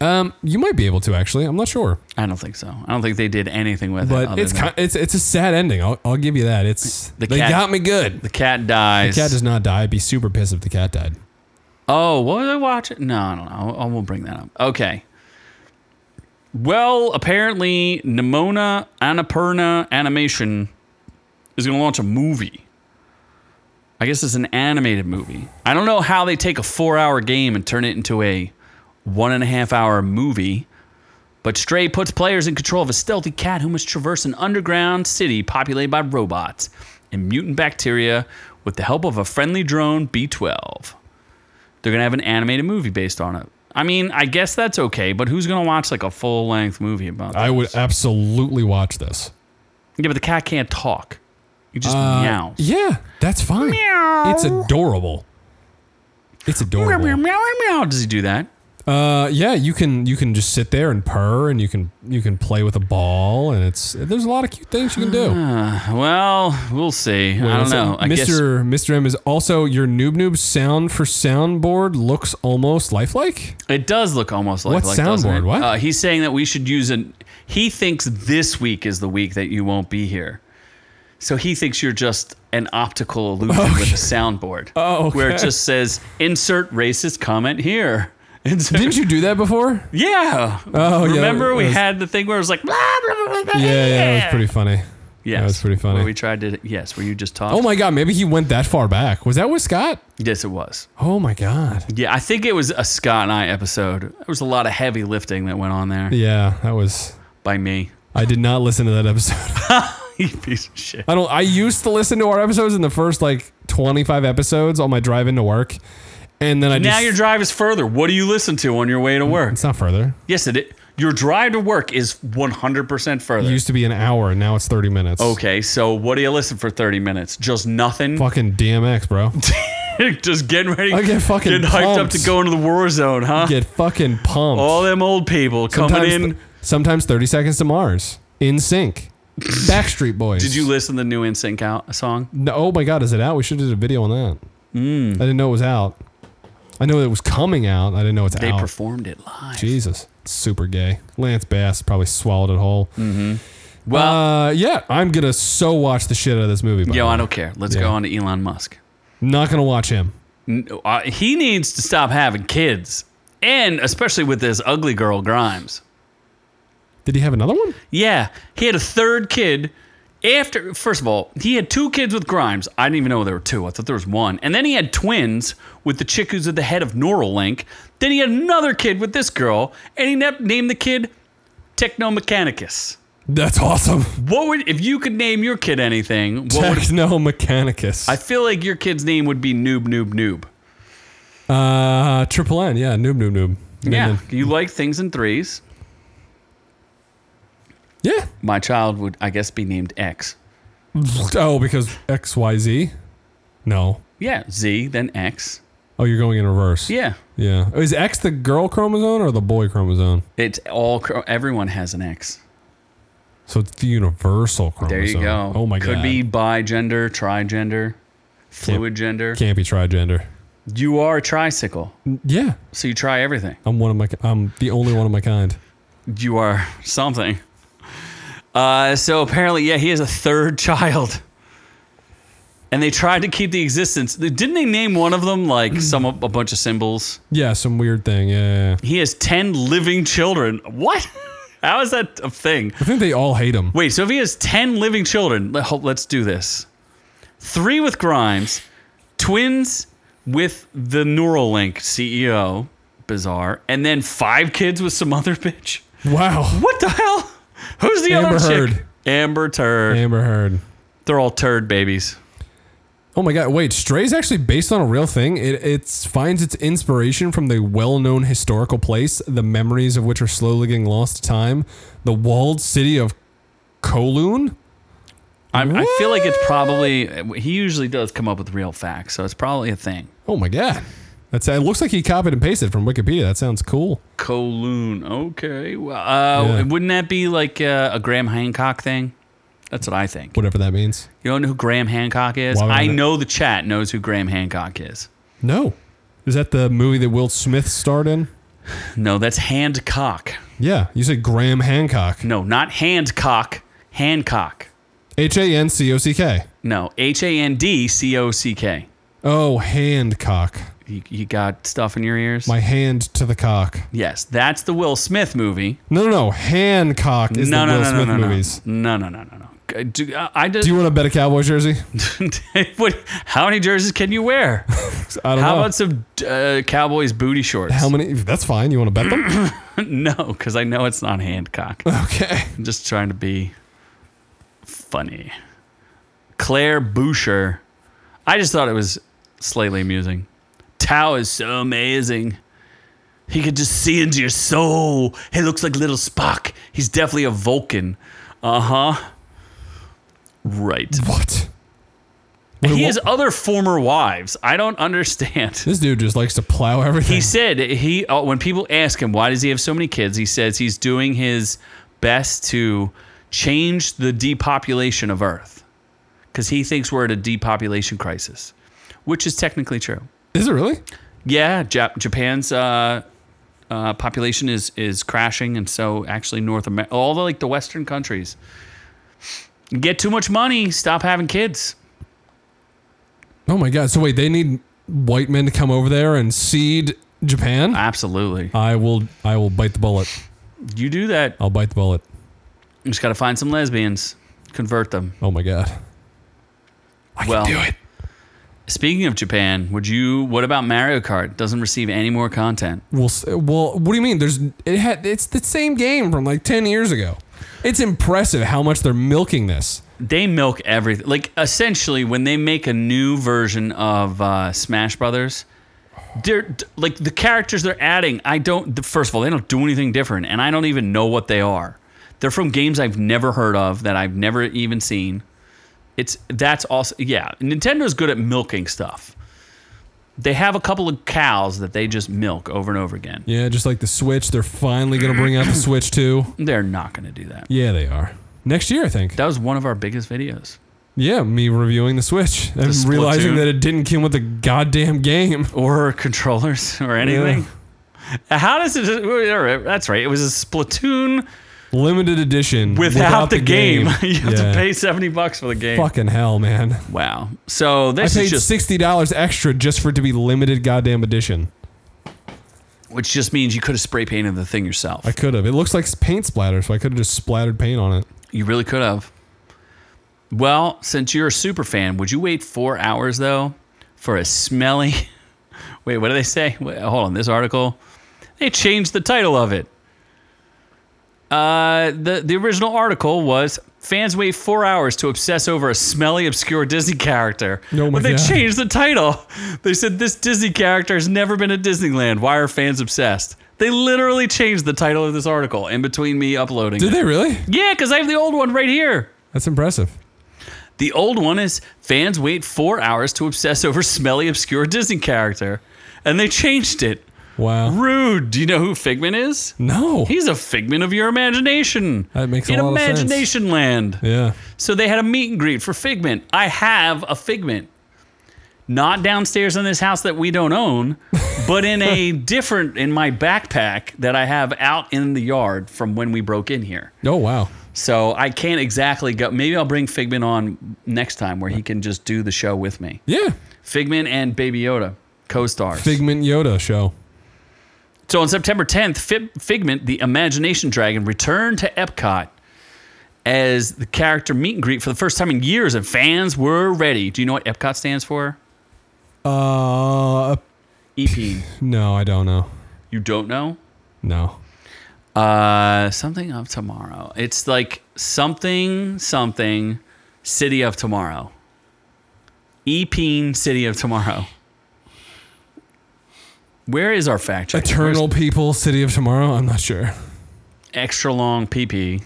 Speaker 1: Um, you might be able to actually. I'm not sure,
Speaker 2: I don't think so. I don't think they did anything with it.
Speaker 1: but
Speaker 2: other
Speaker 1: it's
Speaker 2: than-
Speaker 1: kind, it's it's a sad ending. I'll, I'll give you that. It's
Speaker 2: Oh, The
Speaker 1: they
Speaker 2: cat-
Speaker 1: got me good.
Speaker 2: the cat dies.
Speaker 1: The cat does not die. I'd be super pissed if the cat died.
Speaker 2: Oh, what was I watching? No, I don't know. I won't bring that up. Okay. Well, apparently, Nimona Annapurna Animation is going to launch a movie. I guess it's an animated movie. I don't know how they take a four hour game and turn it into a one and a half hour movie. But Stray puts players in control of a stealthy cat who must traverse an underground city populated by robots and mutant bacteria with the help of a friendly drone B12 they're gonna have an animated movie based on it. I mean, I guess that's okay, but who's gonna watch like a full length movie about that?
Speaker 1: I would absolutely watch this.
Speaker 2: yeah, but the cat can't talk. You just
Speaker 1: Uh,
Speaker 2: meow.
Speaker 1: Yeah, that's fine.
Speaker 2: Meow.
Speaker 1: It's adorable. It's
Speaker 2: Meow, meow,
Speaker 1: adorable.
Speaker 2: meow, meow. Does he do that?
Speaker 1: Uh, yeah, you can you can just sit there and purr, and you can you can play with a ball, and it's there's a lot of cute things you can do.
Speaker 2: Well, we'll see. I don't know. I guess
Speaker 1: Mr. Mr. M is also your noob noob sound for soundboard looks almost lifelike.
Speaker 2: it does look almost like
Speaker 1: What
Speaker 2: like, doesn't
Speaker 1: soundboard?
Speaker 2: it?
Speaker 1: What?
Speaker 2: Uh, he's saying that we should use an. He thinks this week is the week that you won't be here. So he thinks you're just an optical illusion with a soundboard.
Speaker 1: Oh, okay.
Speaker 2: Where it just says insert racist comment here. Insert
Speaker 1: Didn't you do that before?
Speaker 2: Yeah.
Speaker 1: Oh, yeah,
Speaker 2: Remember
Speaker 1: it
Speaker 2: we
Speaker 1: was-
Speaker 2: had the thing where it was like blah blah blah. blah
Speaker 1: Yeah, yeah, it was pretty funny.
Speaker 2: Yes.
Speaker 1: that was pretty funny.
Speaker 2: Where we tried to yes, where you just talked.
Speaker 1: Oh my god, maybe he went that far back. Was that with Scott?
Speaker 2: Yes, it was.
Speaker 1: Oh my god.
Speaker 2: Yeah, I think it was a Scott and I episode. There was a lot of heavy lifting that went on there
Speaker 1: Yeah, that was.
Speaker 2: by me.
Speaker 1: I did not listen to that episode.
Speaker 2: You Piece of shit.
Speaker 1: I don't. I used to listen to our episodes in the first like twenty five episodes on my drive into work, and then I
Speaker 2: Now
Speaker 1: just,
Speaker 2: your drive is further. What do you listen to on your way to work?
Speaker 1: It's not further.
Speaker 2: Yes, it. i- Your drive to work is 100% further.
Speaker 1: It used to be an hour, and now it's thirty minutes.
Speaker 2: okay, so what do you listen for 30 minutes? Just nothing.
Speaker 1: Fucking DMX, bro.
Speaker 2: just getting ready.
Speaker 1: I get fucking
Speaker 2: getting hyped up
Speaker 1: pumped.
Speaker 2: to go into the war zone, huh?
Speaker 1: Get fucking pumped.
Speaker 2: Oh, All them old people coming
Speaker 1: sometimes,
Speaker 2: in.
Speaker 1: sometimes 30 seconds to Mars in sync. Backstreet Boys.
Speaker 2: Did you listen to the new NSYNC out uh, song?
Speaker 1: No, oh my God, is it out? We should have did a video on that.
Speaker 2: Hmm.
Speaker 1: I didn't know it was out. I know it was coming out. I didn't know it's
Speaker 2: They
Speaker 1: out.
Speaker 2: performed it live.
Speaker 1: Jesus, super gay. Lance Bass probably swallowed it whole.
Speaker 2: Mm-hmm. Well,
Speaker 1: Uh, yeah, I'm gonna so watch the shit out of this movie. By
Speaker 2: yo,
Speaker 1: the way.
Speaker 2: I don't care. Let's
Speaker 1: Yeah.
Speaker 2: go on to Elon Musk.
Speaker 1: Not gonna watch him.
Speaker 2: N- uh, He needs to stop having kids, and especially with this ugly girl Grimes.
Speaker 1: Did he have another one?
Speaker 2: Yeah, he had a third kid. After first of all, he had two kids with Grimes. I didn't even know there were two. I thought there was one. And then he had twins with the chick who's at the head of Neuralink. Then he had another kid with this girl, and he ne- named the kid Technomechanicus.
Speaker 1: That's awesome.
Speaker 2: What would if you could name your kid anything? What would,
Speaker 1: Techno Mechanicus.
Speaker 2: I feel like your kid's name would be Noob Noob Noob.
Speaker 1: uh, Triple N. Yeah, noob, noob, noob. Noob,
Speaker 2: Yeah,
Speaker 1: noob.
Speaker 2: you like things in threes.
Speaker 1: yeah.
Speaker 2: My child would, I guess, be named X.
Speaker 1: Oh, because X Y Z. No.
Speaker 2: Yeah, Z then X.
Speaker 1: Oh, you're going in reverse.
Speaker 2: Yeah,
Speaker 1: Yeah. Is X the girl chromosome or the boy chromosome?
Speaker 2: it's all. cr- Everyone has an X.
Speaker 1: So it's the universal chromosome.
Speaker 2: There you go.
Speaker 1: Oh my
Speaker 2: Could
Speaker 1: god.
Speaker 2: be bi gender, tri gender, fluid gender.
Speaker 1: Can't be trigender.
Speaker 2: You are a tricycle,
Speaker 1: Yeah.
Speaker 2: so you try everything.
Speaker 1: I'm one of my. I'm the only one of my kind.
Speaker 2: You are something. Uh, so apparently, yeah, he has a third child. And they tried to keep the existence. Didn't they name one of them like some a bunch of symbols?
Speaker 1: Yeah. Some weird thing. Yeah. yeah, yeah.
Speaker 2: He has ten living children. What? How is that a thing?
Speaker 1: I think they all hate him.
Speaker 2: Wait, so if he has 10 living children, let- hold- let's do this. Three with Grimes, twins with the Neuralink CEO, bizarre, and then five kids with some other bitch.
Speaker 1: Wow.
Speaker 2: What the hell? Who's the
Speaker 1: Amber
Speaker 2: other chick?
Speaker 1: Heard.
Speaker 2: Amber Turd.
Speaker 1: Amber Heard.
Speaker 2: They're all turd babies.
Speaker 1: Oh my god! Wait, Stray is actually based on a real thing. It it finds its inspiration from the well-known historical place, the memories of which are slowly getting lost to time, the walled city of Kowloon.
Speaker 2: I, I feel like it's probably, he usually does come up with real facts, so it's probably a thing.
Speaker 1: Oh my god! That's it. Looks like he copied and pasted from Wikipedia. That sounds cool.
Speaker 2: Kowloon. Okay. Well, uh,
Speaker 1: Yeah.
Speaker 2: wouldn't that be like uh, a Graham Hancock thing? That's what I think.
Speaker 1: Whatever that means.
Speaker 2: You don't know who Graham Hancock is?
Speaker 1: Why would I
Speaker 2: I
Speaker 1: know-
Speaker 2: know the chat knows who Graham Hancock is.
Speaker 1: No, is that the movie that Will Smith starred in?
Speaker 2: No, that's Hancock.
Speaker 1: Yeah, you said Graham Hancock.
Speaker 2: No, not Hancock. Hancock.
Speaker 1: H A N C O C K.
Speaker 2: No, H A N D C O C K.
Speaker 1: Oh, Handcock.
Speaker 2: You, you got stuff in your ears?
Speaker 1: My hand to the cock.
Speaker 2: yes, that's the Will Smith movie.
Speaker 1: No, no, no. Hancock is
Speaker 2: no,
Speaker 1: the
Speaker 2: no,
Speaker 1: Will
Speaker 2: no,
Speaker 1: Smith
Speaker 2: no, no,
Speaker 1: movies.
Speaker 2: no, no, no, no, no, no. Do, uh, I- I just,
Speaker 1: Do you want to bet a Cowboy jersey?
Speaker 2: what, how many jerseys can you wear?
Speaker 1: I don't
Speaker 2: How
Speaker 1: know.
Speaker 2: about some uh, Cowboys booty shorts?
Speaker 1: How many? That's fine. You want to bet them?
Speaker 2: no, because I know it's not Hancock.
Speaker 1: okay.
Speaker 2: I'm just trying to be funny. Claire Boucher. I just thought it was slightly amusing. Tao is so amazing. He could just see into your soul. He looks like little Spock. He's definitely a Vulcan. Uh huh. Right.
Speaker 1: What?
Speaker 2: And he
Speaker 1: Wait,
Speaker 2: has other former wives. I don't understand.
Speaker 1: This dude just likes to plow everything.
Speaker 2: He said he uh, when people ask him why does he have so many kids, he says he's doing his best to change the depopulation of Earth because he thinks we're at a depopulation crisis, which is technically true.
Speaker 1: is it really?
Speaker 2: Yeah, Jap- Japan's uh, uh, population is is crashing, and so actually North America, all the like the Western countries, get too much money, stop having kids.
Speaker 1: Oh my god. So wait, they need white men to come over there and seed Japan?
Speaker 2: Absolutely,
Speaker 1: I will. I will bite the bullet.
Speaker 2: you do that.
Speaker 1: I'll bite the bullet.
Speaker 2: You just got to find some lesbians, convert them.
Speaker 1: Oh my god. I
Speaker 2: Well,
Speaker 1: can do it.
Speaker 2: Speaking of Japan, would you? What about Mario Kart? Doesn't receive any more content.
Speaker 1: Well, s- well, what do you mean? There's it had. It's the same game from like ten years ago. It's impressive how much they're milking this.
Speaker 2: They milk everything. Like essentially, when they make a new version of uh, Smash Brothers, they're d- like the characters they're adding. I don't. th- First of all, they don't do anything different, and I don't even know what they are. They're from games I've never heard of that I've never even seen. It's that's also yeah. Nintendo's good at milking stuff. They have a couple of cows that they just milk over and over again.
Speaker 1: Yeah, just like the Switch, they're finally gonna bring out the Switch too.
Speaker 2: They're not going to do that.
Speaker 1: Yeah, they are. next year, I think.
Speaker 2: That was one of our biggest videos.
Speaker 1: Yeah, me reviewing the Switch and
Speaker 2: Splatoon.
Speaker 1: realizing that it didn't come with the goddamn game.
Speaker 2: Or controllers or anything. How does it? all right, That's right. It was a Splatoon
Speaker 1: Limited edition
Speaker 2: with half the, game. you have to pay seventy bucks for the game.
Speaker 1: Fucking hell, man!
Speaker 2: Wow. So
Speaker 1: I
Speaker 2: this
Speaker 1: paid
Speaker 2: is just,
Speaker 1: sixty dollars extra just for it to be limited goddamn edition.
Speaker 2: which just means you could have spray painted the thing yourself.
Speaker 1: I could have. It looks like paint splatter, so I could have just splattered paint on it.
Speaker 2: You really could have. Well, since you're a super fan, would you wait four hours though for a smelly? Wait, what do they say? Wait, hold on, this article. They changed the title of it. Uh, the the original article was fans wait four hours to obsess over a smelly, obscure Disney character.
Speaker 1: Oh my
Speaker 2: but they
Speaker 1: God.
Speaker 2: changed the title. They said this Disney character has never been at Disneyland. Why are fans obsessed? They literally changed the title of this article in between me uploading. it.
Speaker 1: Did they really?
Speaker 2: Yeah, because I have the old one right here.
Speaker 1: That's impressive.
Speaker 2: The old one is fans wait four hours to obsess over smelly, obscure Disney character. And they changed it.
Speaker 1: Wow.
Speaker 2: Rude. Do you know who Figment is?
Speaker 1: No.
Speaker 2: He's a figment of your imagination.
Speaker 1: That makes a
Speaker 2: In
Speaker 1: lot of sense.
Speaker 2: Imagination Land.
Speaker 1: Yeah.
Speaker 2: So they had a meet and greet for Figment. I have a Figment. Not downstairs in this house that we don't own, but in a different, in my backpack that I have out in the yard from when we broke in here.
Speaker 1: Oh wow.
Speaker 2: So I can't exactly go. Maybe I'll bring Figment on next time where he can just do the show with me.
Speaker 1: Yeah.
Speaker 2: Figment and Baby Yoda co-stars.
Speaker 1: Figment Yoda show.
Speaker 2: so on September 10th, Fib- Figment, the Imagination Dragon, returned to Epcot as the character meet and greet for the first time in years, and fans were ready. Do you know what Epcot stands for?
Speaker 1: Uh,
Speaker 2: EP.
Speaker 1: no, I don't know.
Speaker 2: you don't know?
Speaker 1: No.
Speaker 2: Uh, something of tomorrow. It's like something something city of tomorrow. Epeen city of tomorrow. Where is our fact check?
Speaker 1: Eternal people, city of tomorrow. I'm not sure.
Speaker 2: extra long PP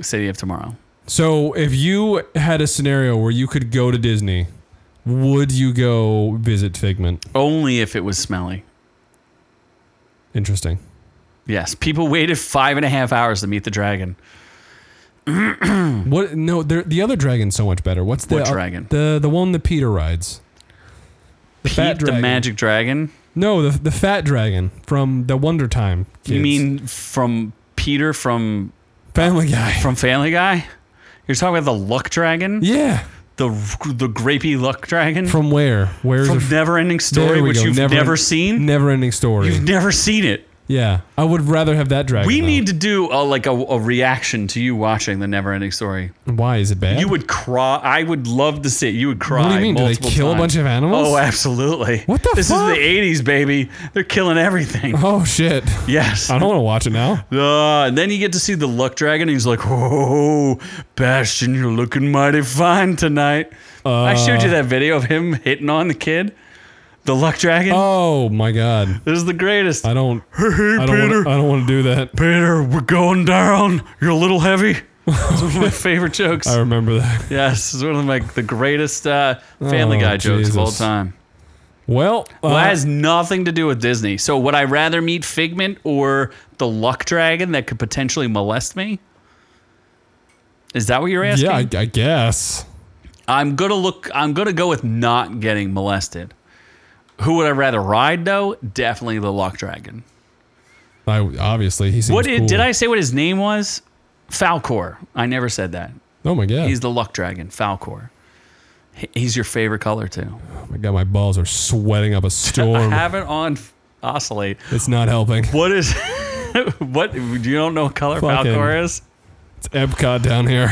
Speaker 2: city of tomorrow.
Speaker 1: So, if you had a scenario where you could go to Disney, would you go visit Figment?
Speaker 2: Only if it was smelly.
Speaker 1: Interesting.
Speaker 2: Yes, people waited five and a half hours to meet the dragon.
Speaker 1: What? No, there- the other dragon's so much better. What's the
Speaker 2: What dragon?
Speaker 1: The the one that Peter rides. The
Speaker 2: Pete,
Speaker 1: fat
Speaker 2: the
Speaker 1: dragon.
Speaker 2: magic dragon.
Speaker 1: No, the the fat dragon from the Wonder Time.
Speaker 2: You
Speaker 1: kids.
Speaker 2: mean from Peter from
Speaker 1: Family Guy?
Speaker 2: from Family Guy? You're talking about the luck dragon.
Speaker 1: Yeah.
Speaker 2: the the grapey luck dragon from,
Speaker 1: From where? Where's
Speaker 2: from
Speaker 1: the
Speaker 2: Never Ending Story,
Speaker 1: There we
Speaker 2: which
Speaker 1: go.
Speaker 2: you've never,
Speaker 1: Never-
Speaker 2: seen.
Speaker 1: never ending story?
Speaker 2: You've never seen it.
Speaker 1: yeah, I would rather have that dragon.
Speaker 2: We
Speaker 1: though.
Speaker 2: need to do a, like a, a reaction to you watching the Never Ending Story.
Speaker 1: Why is it bad?
Speaker 2: You would cry. I would love to see it. You would cry.
Speaker 1: What do you mean? Do they
Speaker 2: multiple
Speaker 1: kill a
Speaker 2: times.
Speaker 1: bunch of animals?
Speaker 2: Oh, absolutely.
Speaker 1: What the
Speaker 2: This
Speaker 1: fuck?
Speaker 2: is the 80s, baby. They're killing everything.
Speaker 1: oh shit!
Speaker 2: Yes.
Speaker 1: I don't want to watch it now.
Speaker 2: Uh, and then you get to see the luck dragon, and he's like, "Oh, Bastion, you're looking mighty fine tonight." I showed
Speaker 1: Uh,
Speaker 2: you that video of him hitting on the kid, the luck dragon.
Speaker 1: Oh my god!
Speaker 2: This is the greatest.
Speaker 1: I don't.
Speaker 2: hey, hey,
Speaker 1: I don't.
Speaker 2: Peter.
Speaker 1: Wanna, I don't want to do that.
Speaker 2: Peter, we're going down. You're a little heavy. It's one of my favorite jokes.
Speaker 1: I remember that.
Speaker 2: yes, it's one of my the greatest uh, Family
Speaker 1: Oh,
Speaker 2: Guy jokes of all
Speaker 1: Jesus.
Speaker 2: time.
Speaker 1: Well, uh,
Speaker 2: Well, it has nothing to do with Disney. So would I rather meet Figment or the Luck Dragon that could potentially molest me? Is that what you're asking?
Speaker 1: yeah, I, I guess.
Speaker 2: I'm gonna look. I'm gonna go with not getting molested. Who would I rather ride though? Definitely the Luck Dragon.
Speaker 1: I obviously he seems
Speaker 2: What did,
Speaker 1: cool.
Speaker 2: did I say? What his name was? Falcor. I never said that.
Speaker 1: Oh my god!
Speaker 2: He's the luck dragon, Falcor. He- He's your favorite color too.
Speaker 1: oh my god! My balls are sweating up a storm.
Speaker 2: I have it on oscillate.
Speaker 1: it's not helping.
Speaker 2: What is? what you don't know what color
Speaker 1: Fucking-
Speaker 2: Falcor is?
Speaker 1: It's Epcot down here.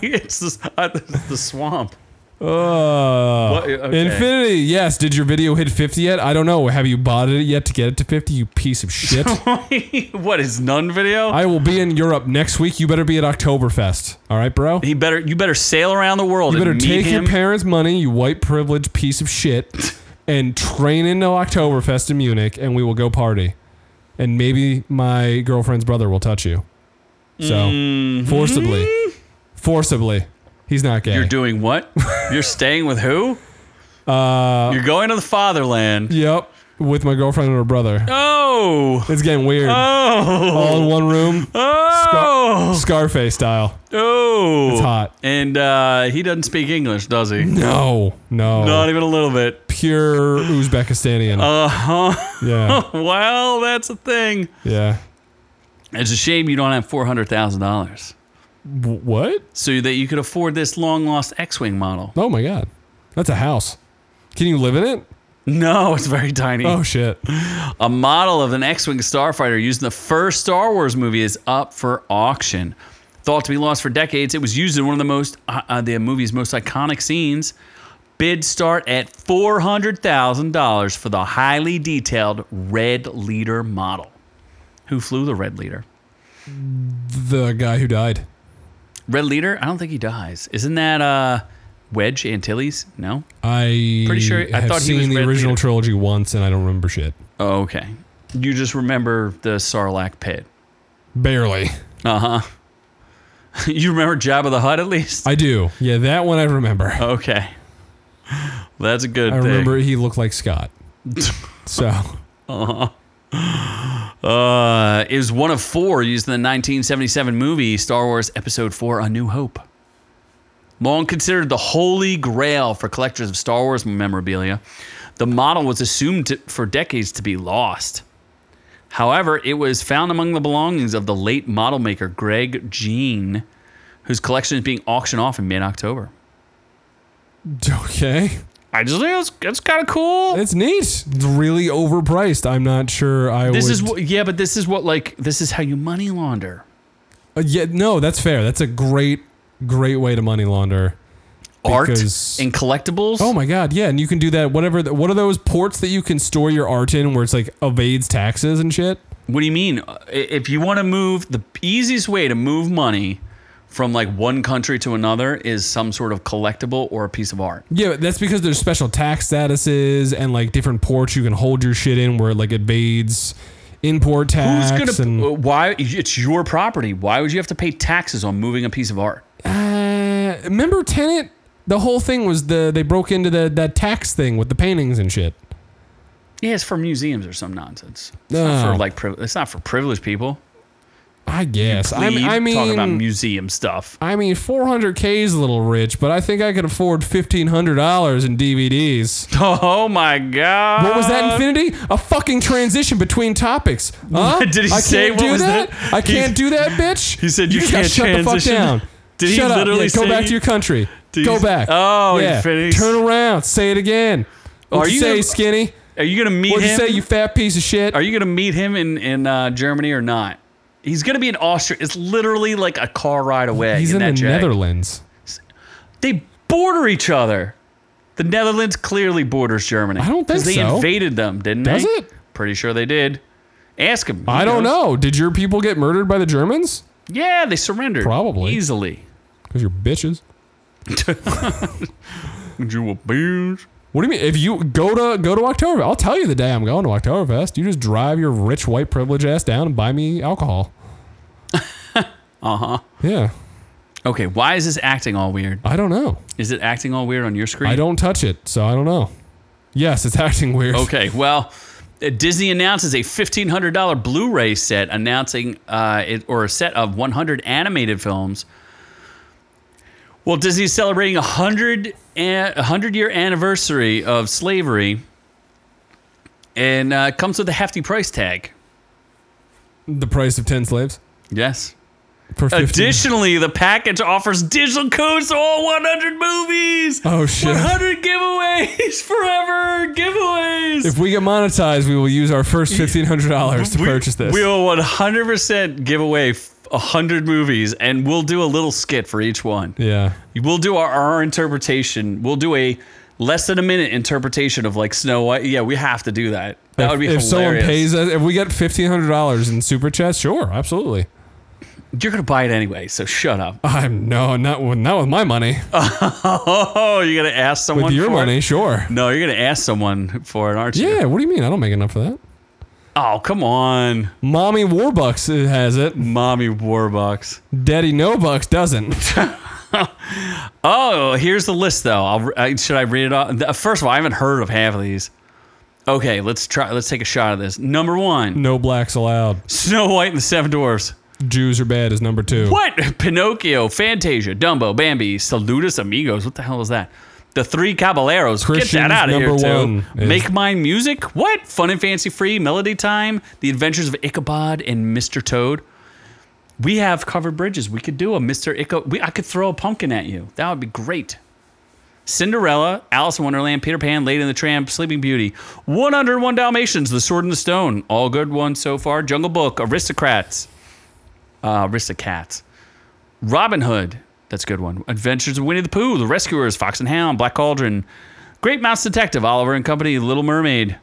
Speaker 2: it's the, uh, the swamp.
Speaker 1: Oh,
Speaker 2: What- uh, okay.
Speaker 1: Uh, Infinity. Yes. Did your video hit 50 yet? I don't know. Have you bought it yet to get it to 50? You piece of shit.
Speaker 2: what is none video?
Speaker 1: I will be in Europe next week. You better be at Oktoberfest. All right, bro.
Speaker 2: he better. You better sail around the world.
Speaker 1: You better
Speaker 2: and meet
Speaker 1: take
Speaker 2: him.
Speaker 1: your parents' money, you white privileged piece of shit, and train into Oktoberfest in Munich, and we will go party. And maybe my girlfriend's brother will touch you. So forcibly, forcibly, he's not gay.
Speaker 2: Mm-hmm. You're doing what? You're staying with who? Uh, You're going to the fatherland.
Speaker 1: yep. with my girlfriend and her brother.
Speaker 2: Oh.
Speaker 1: It's getting weird.
Speaker 2: Oh.
Speaker 1: All in one room,
Speaker 2: Oh.
Speaker 1: Scarface style.
Speaker 2: oh.
Speaker 1: It's hot.
Speaker 2: And uh, he doesn't speak English, does he?
Speaker 1: No, no,
Speaker 2: Not even a little bit.
Speaker 1: pure Uzbekistanian.
Speaker 2: Uh huh.
Speaker 1: yeah,
Speaker 2: well, that's a thing.
Speaker 1: yeah.
Speaker 2: It's a shame you don't have four hundred thousand dollars
Speaker 1: W- what?
Speaker 2: so that you could afford this long lost X-wing model.
Speaker 1: Oh my god, that's a house. Can you live in it?
Speaker 2: No, it's very tiny.
Speaker 1: Oh shit.
Speaker 2: A model of an X-wing starfighter used in the first Star Wars movie is up for auction. Thought to be lost for decades, it was used in one of the most uh, uh, the movie's most iconic scenes. Bids start at four hundred thousand dollars for the highly detailed Red Leader model. Who flew the Red Leader?
Speaker 1: The guy who died.
Speaker 2: Red Leader? I don't think he dies. Isn't that uh, Wedge Antilles? No.
Speaker 1: I
Speaker 2: Pretty sure- I
Speaker 1: have
Speaker 2: thought he
Speaker 1: seen
Speaker 2: was
Speaker 1: the
Speaker 2: Red
Speaker 1: original
Speaker 2: Leader.
Speaker 1: trilogy once, and I don't remember shit.
Speaker 2: Oh, okay. You just remember the Sarlacc pit.
Speaker 1: Barely.
Speaker 2: Uh huh. you remember Jabba the Hutt at least?
Speaker 1: I do. Yeah, that one I remember.
Speaker 2: Oh, okay. That's a good
Speaker 1: I
Speaker 2: thing.
Speaker 1: remember he looked like Scott. so
Speaker 2: Uh, it was one of four used in the 1977 movie Star Wars Episode 4 A New Hope. Long considered the holy grail for collectors of Star Wars memorabilia, the model was assumed to, for decades to be lost. However, it was found among the belongings of the late model maker Greg Jean, whose collection is being auctioned off in mid October.
Speaker 1: okay,
Speaker 2: I just think that's, that's kind of cool.
Speaker 1: it's neat. It's really overpriced. I'm not sure I
Speaker 2: this
Speaker 1: would.
Speaker 2: is what, yeah, but this is what like this is how you money launder.
Speaker 1: Uh, yeah, no, that's fair. That's a great, great way to money launder.
Speaker 2: art
Speaker 1: Because-
Speaker 2: and collectibles.
Speaker 1: Oh my god, yeah, and you can do that. Whatever. The, what are those ports that you can store your art in, where it's like evades taxes and shit?
Speaker 2: What do you mean? I- If you want to move, the easiest way to move money from like one country to another is some sort of collectible or a piece of art.
Speaker 1: Yeah, but that's because there's special tax statuses and like different ports you can hold your shit in, where it like evades import tax.
Speaker 2: Who's gonna?
Speaker 1: and-
Speaker 2: uh, Why? It's your property. Why would you have to pay taxes on moving a piece of art?
Speaker 1: Uh, remember Tenant? The whole thing was the they broke into the that tax thing with the paintings and shit.
Speaker 2: Yeah, it's for museums or some nonsense. It's not
Speaker 1: No.
Speaker 2: for like priv- it's not for privileged people.
Speaker 1: I guess. I,
Speaker 2: Leave,
Speaker 1: I
Speaker 2: talk about
Speaker 1: mean,
Speaker 2: museum stuff.
Speaker 1: I mean, 400k is a little rich, but I think I could afford 1500 dollars in DVDs.
Speaker 2: Oh my god!
Speaker 1: What was that infinity? A fucking transition between topics. Huh?
Speaker 2: Did he
Speaker 1: I
Speaker 2: say
Speaker 1: can't
Speaker 2: what
Speaker 1: do
Speaker 2: was
Speaker 1: that?
Speaker 2: that?
Speaker 1: I
Speaker 2: He-
Speaker 1: can't do that, bitch.
Speaker 2: he said you
Speaker 1: gotta
Speaker 2: can't
Speaker 1: shut
Speaker 2: transition?
Speaker 1: the fuck down.
Speaker 2: Did he
Speaker 1: shut up.
Speaker 2: literally
Speaker 1: Yeah, go
Speaker 2: say
Speaker 1: back
Speaker 2: he-
Speaker 1: to your country.
Speaker 2: Did
Speaker 1: Go
Speaker 2: he-
Speaker 1: back.
Speaker 2: Oh,
Speaker 1: yeah.
Speaker 2: infinity.
Speaker 1: Turn around. Say it again. What
Speaker 2: Are
Speaker 1: you
Speaker 2: you
Speaker 1: say,
Speaker 2: gonna-
Speaker 1: skinny?
Speaker 2: Are you gonna meet
Speaker 1: What'd you
Speaker 2: him?
Speaker 1: say, you fat piece of shit?
Speaker 2: Are you going to meet him in in uh, Germany or not? He's going to be in Austria. It's literally like a car ride away.
Speaker 1: He's in,
Speaker 2: in, that
Speaker 1: the
Speaker 2: jag.
Speaker 1: Netherlands.
Speaker 2: They border each other. The Netherlands clearly borders Germany.
Speaker 1: I don't think
Speaker 2: 'Cause they
Speaker 1: so.
Speaker 2: invaded them, didn't
Speaker 1: Does
Speaker 2: they?
Speaker 1: it?
Speaker 2: Pretty sure they did. Ask him. He
Speaker 1: I don't
Speaker 2: knows.
Speaker 1: know. Did your people get murdered by the Germans?
Speaker 2: Yeah, they surrendered.
Speaker 1: Probably.
Speaker 2: easily.
Speaker 1: Because you're bitches.
Speaker 2: You a bitch.
Speaker 1: What do you mean? If you go to go to Oktoberfest, I'll tell you the day I'm going to Oktoberfest. You just drive your rich white privilege ass down and buy me alcohol.
Speaker 2: Uh-huh.
Speaker 1: uh huh. Yeah.
Speaker 2: Okay, why is this acting all weird?
Speaker 1: I don't know.
Speaker 2: Is it acting all weird on your screen?
Speaker 1: I don't touch it, so I don't know. Yes, it's acting weird.
Speaker 2: Okay, well, uh, Disney announces a $1,500 Blu ray set, announcing, uh, it, or a set of 100 animated films. Well, Disney is celebrating a 100, a 100 year anniversary of slavery and uh, it comes with a hefty price tag.
Speaker 1: The price of ten slaves
Speaker 2: Yes.
Speaker 1: for fifteen.
Speaker 2: Additionally, the package offers digital codes to all 100 movies.
Speaker 1: Oh shit!
Speaker 2: 100 giveaways forever giveaways.
Speaker 1: If we get monetized, we will use our first fifteen hundred dollars to purchase this.
Speaker 2: We will 100% give away f- 100 movies and we'll do a little skit for each one.
Speaker 1: yeah.
Speaker 2: We'll do our, our interpretation. We'll do a less than a minute interpretation of like Snow White. Yeah, we have to do that. That
Speaker 1: if,
Speaker 2: would be
Speaker 1: if
Speaker 2: hilarious.
Speaker 1: someone pays us if we get fifteen hundred dollars in super chats, sure, absolutely.
Speaker 2: You're going to buy it anyway, so shut up.
Speaker 1: I'm no, not with- not with my money.
Speaker 2: Oh, you're going to ask someone
Speaker 1: With your
Speaker 2: for
Speaker 1: money,
Speaker 2: It?
Speaker 1: sure.
Speaker 2: No, you're going to ask someone for it, aren't you?
Speaker 1: Yeah, what do you mean? I don't make enough for that.
Speaker 2: Oh, come on.
Speaker 1: Mommy Warbucks has it.
Speaker 2: Mommy Warbucks.
Speaker 1: Daddy No Bucks doesn't.
Speaker 2: Oh, here's the list though. I'll, I, should I read it off? Th- First of all, I haven't heard of half of these. Okay, let's try. Let's take a shot of this. Number one,
Speaker 1: No blacks allowed.
Speaker 2: Snow White and the Seven Dwarfs.
Speaker 1: Jews are bad is number two.
Speaker 2: What? Pinocchio, Fantasia, Dumbo, Bambi, Saludos Amigos. What the hell is that? The Three Caballeros. Get
Speaker 1: Christians,
Speaker 2: that out of here,
Speaker 1: number
Speaker 2: too.
Speaker 1: one is-
Speaker 2: Make Mine Music. What? Fun and Fancy Free, Melody Time, The Adventures of Ichabod and Mr. Toad. We have covered bridges. We could do a Mr. Ichabod. We, I could throw a pumpkin at you. That would be great. Cinderella, Alice in Wonderland, Peter Pan, Lady and the Tramp, Sleeping Beauty, 101 Dalmatians, The Sword and the Stone, all good ones so far. Jungle Book, Aristocrats, uh, Aristocats, Robin Hood, that's a good one. Adventures of Winnie the Pooh, The Rescuers, Fox and Hound, Black Cauldron, Great Mouse Detective, Oliver and Company, Little Mermaid,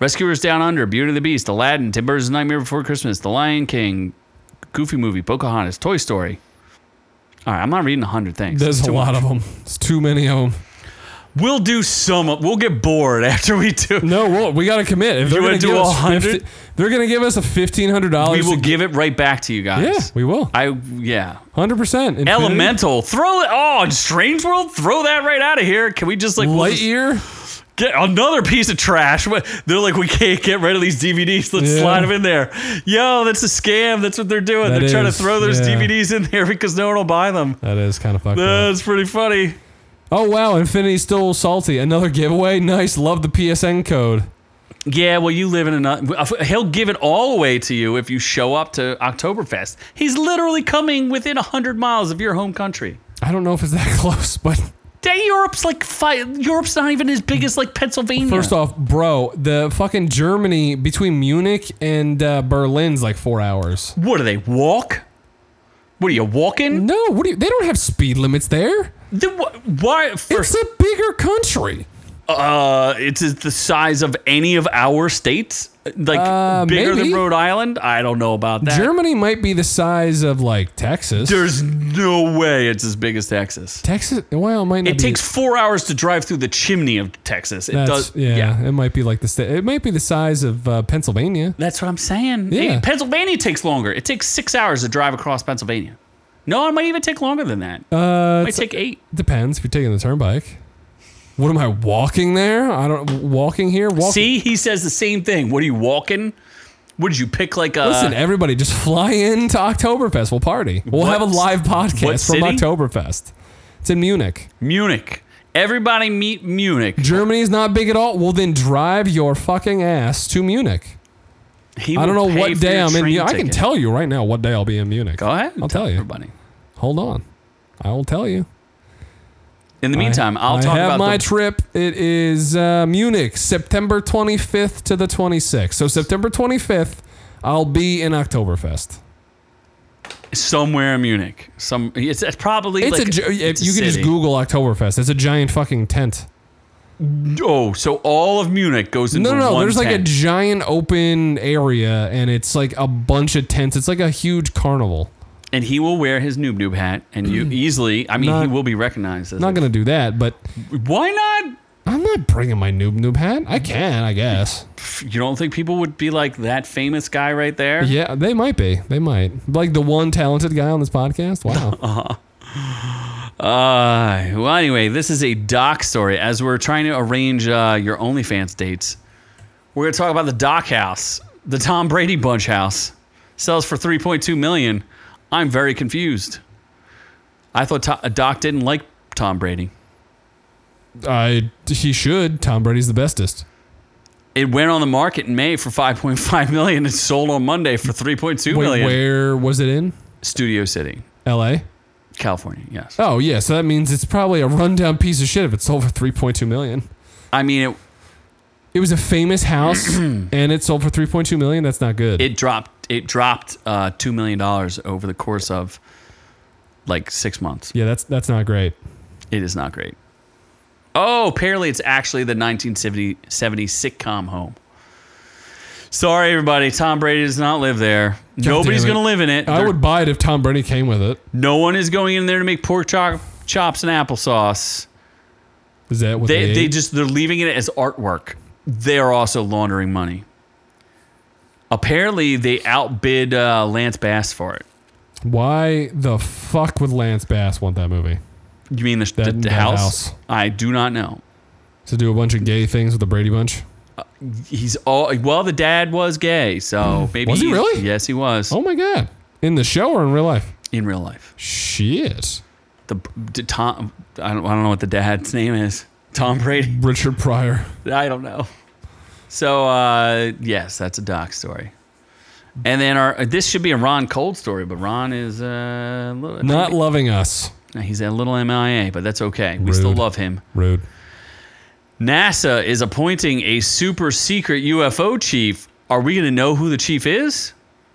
Speaker 2: Rescuers Down Under, Beauty and the Beast, Aladdin, Tim Burton's Nightmare Before Christmas, The Lion King, Goofy Movie, Pocahontas, Toy Story. All right, I'm not reading 100 things.
Speaker 1: There's
Speaker 2: It's
Speaker 1: a
Speaker 2: too
Speaker 1: lot of them. It's too many of them.
Speaker 2: We'll do some. We'll get bored after we do.
Speaker 1: No, well, we got to commit. If they're
Speaker 2: wanna
Speaker 1: going to
Speaker 2: do
Speaker 1: give us
Speaker 2: 100?
Speaker 1: 50 they're going to give us a fifteen hundred
Speaker 2: We
Speaker 1: dollars.
Speaker 2: will give it right back to you guys.
Speaker 1: Yeah, we will.
Speaker 2: I yeah.
Speaker 1: Hundred percent.
Speaker 2: Elemental. Throw it. Oh, Strange World. Throw that right out of here. Can we just like we'll just
Speaker 1: Lightyear.
Speaker 2: get another piece of trash? What- They're like, we can't get rid of these DVDs. Let's
Speaker 1: Yeah.
Speaker 2: slide them in there. Yo, that's a scam. That's what they're doing.
Speaker 1: That
Speaker 2: they're trying to
Speaker 1: is,
Speaker 2: throw those
Speaker 1: yeah.
Speaker 2: DVDs in there because no one will buy them.
Speaker 1: That is kind of fucked up.
Speaker 2: That's pretty funny.
Speaker 1: Oh wow, Infinity's still salty. Another giveaway. Nice. Love the PSN code.
Speaker 2: Yeah, well, you live in uh, another. He'll give it all away to you if you show up to Oktoberfest. He's literally coming within 100 miles of your home country.
Speaker 1: I don't know if it's that close, but
Speaker 2: Dang, Europe's like five. Europe's not even as big as like Pennsylvania.
Speaker 1: first off, bro, the fucking Germany between Munich and uh, Berlin's like four hours.
Speaker 2: what do they walk? What are you walking?
Speaker 1: No, what do you, they don't have speed limits there.
Speaker 2: The, wh- why?
Speaker 1: It's
Speaker 2: First,
Speaker 1: a bigger country.
Speaker 2: uh, it's is the size of any of our states. Like
Speaker 1: Uh,
Speaker 2: bigger than
Speaker 1: maybe.
Speaker 2: Rhode Island. I don't know about that.
Speaker 1: Germany might be the size of like Texas.
Speaker 2: There's no way it's as big as Texas.
Speaker 1: Texas, well, it might not
Speaker 2: It
Speaker 1: be.
Speaker 2: takes four hours to drive through the chimney of Texas. It
Speaker 1: That's-
Speaker 2: does.
Speaker 1: yeah, It might be like the sta- it might be the size of uh, Pennsylvania.
Speaker 2: That's what I'm saying.
Speaker 1: Yeah.
Speaker 2: Hey, Pennsylvania takes longer. It takes six hours to drive across Pennsylvania. No, it might even take longer than that. It
Speaker 1: Uh,
Speaker 2: might take eight.
Speaker 1: depends if you're taking the turnpike. What am I walking there? I don't walking here. Walking.
Speaker 2: See, he says the same thing. What are you walking? What did you pick? Like uh, a
Speaker 1: Listen, everybody, just fly in to Oktoberfest. We'll party. We'll
Speaker 2: What-
Speaker 1: have a live
Speaker 2: what
Speaker 1: podcast from
Speaker 2: city?
Speaker 1: Oktoberfest. It's in Munich.
Speaker 2: Munich. Everybody meet Munich.
Speaker 1: Germany's not big at all. Well, then drive your fucking ass to Munich.
Speaker 2: He
Speaker 1: I don't
Speaker 2: will
Speaker 1: know
Speaker 2: pay
Speaker 1: what
Speaker 2: for
Speaker 1: day
Speaker 2: your
Speaker 1: I'm in.
Speaker 2: train
Speaker 1: Mu- I can
Speaker 2: ticket.
Speaker 1: tell you right now what day I'll be in Munich.
Speaker 2: Go ahead.
Speaker 1: I'll tell you.
Speaker 2: everybody.
Speaker 1: Hold on, I will tell you.
Speaker 2: In the meantime,
Speaker 1: I
Speaker 2: I'll talk
Speaker 1: have
Speaker 2: about
Speaker 1: my
Speaker 2: the,
Speaker 1: trip. It is uh, Munich, September 25th to the 26th. So September 25th, I'll be in Oktoberfest.
Speaker 2: somewhere in Munich. Some it's, it's probably
Speaker 1: It's
Speaker 2: like
Speaker 1: a, gi-
Speaker 2: it's a
Speaker 1: you can just
Speaker 2: city.
Speaker 1: Google Oktoberfest. It's a giant fucking tent.
Speaker 2: Oh, so all of Munich goes into
Speaker 1: No, no, no.
Speaker 2: one
Speaker 1: There's like a
Speaker 2: tent.
Speaker 1: giant open area, and it's like a bunch of tents. It's like a huge carnival.
Speaker 2: and he will wear his noob noob hat, and you easily. I mean, he
Speaker 1: Mm. Not-
Speaker 2: will be recognized. As
Speaker 1: I'm not gonna do that, but
Speaker 2: Why not?
Speaker 1: I'm not bringing my noob noob hat. I can, I guess.
Speaker 2: You don't think people would be like that famous guy right there?
Speaker 1: Yeah, they might be. They might. Like the one talented guy on this podcast. Wow.
Speaker 2: Uh, well, anyway, this is a doc story. As we're trying to arrange uh, your OnlyFans dates, we're going to talk about the doc house, the Tom Brady bunch house. Sells for 3.2 million. I'm very confused. I thought to- Doc didn't like Tom Brady.
Speaker 1: I he should. Tom Brady's the bestest.
Speaker 2: It went on the market in May for 5.5 million. It sold on Monday for 3.2
Speaker 1: Wait,
Speaker 2: million.
Speaker 1: where was it in?
Speaker 2: Studio City,
Speaker 1: L.A.
Speaker 2: California. Yes.
Speaker 1: Oh yeah, so that means it's probably a rundown piece of shit if it sold for three point two million.
Speaker 2: I mean, it
Speaker 1: It was a famous house, and it sold for three point two million. That's not good.
Speaker 2: it dropped it dropped uh, two million dollars over the course of like six months.
Speaker 1: yeah, that's that's not great.
Speaker 2: It is not great. Oh, apparently it's actually the 1970 70 sitcom home. Sorry, everybody. Tom Brady does not live there. Nobody's
Speaker 1: damn it.
Speaker 2: going to live in it.
Speaker 1: I
Speaker 2: There-
Speaker 1: would buy it if Tom Brady came with it.
Speaker 2: no one is going in there to make pork chop, chops and applesauce.
Speaker 1: Is that what
Speaker 2: They,
Speaker 1: they?
Speaker 2: they
Speaker 1: ate?
Speaker 2: just they're leaving it as artwork. They are also laundering money. Apparently, they outbid uh, Lance Bass for it.
Speaker 1: Why the fuck would Lance Bass want that movie?
Speaker 2: You mean the, the,
Speaker 1: That-
Speaker 2: the
Speaker 1: that
Speaker 2: house?
Speaker 1: house.
Speaker 2: I do not know.
Speaker 1: To do a bunch of gay things with the Brady Bunch?
Speaker 2: He's all well. The dad was gay, so maybe
Speaker 1: Hmm. Was he
Speaker 2: he's-
Speaker 1: really?
Speaker 2: Yes, he was
Speaker 1: Oh my god! In the show or in real life?
Speaker 2: in real life.
Speaker 1: Shit.
Speaker 2: The, the Tom, I don't, I don't know what the dad's name is. Tom Brady.
Speaker 1: Richard Pryor.
Speaker 2: I don't know. So uh, yes, that's a Doc story. And then our this should be a Ron Cold story, but Ron is uh, a little,
Speaker 1: Not loving us.
Speaker 2: he's a little MIA, but that's okay. We still
Speaker 1: Rude.
Speaker 2: love him.
Speaker 1: Rude.
Speaker 2: NASA is appointing a super secret UFO chief. Are we going to know who the chief is?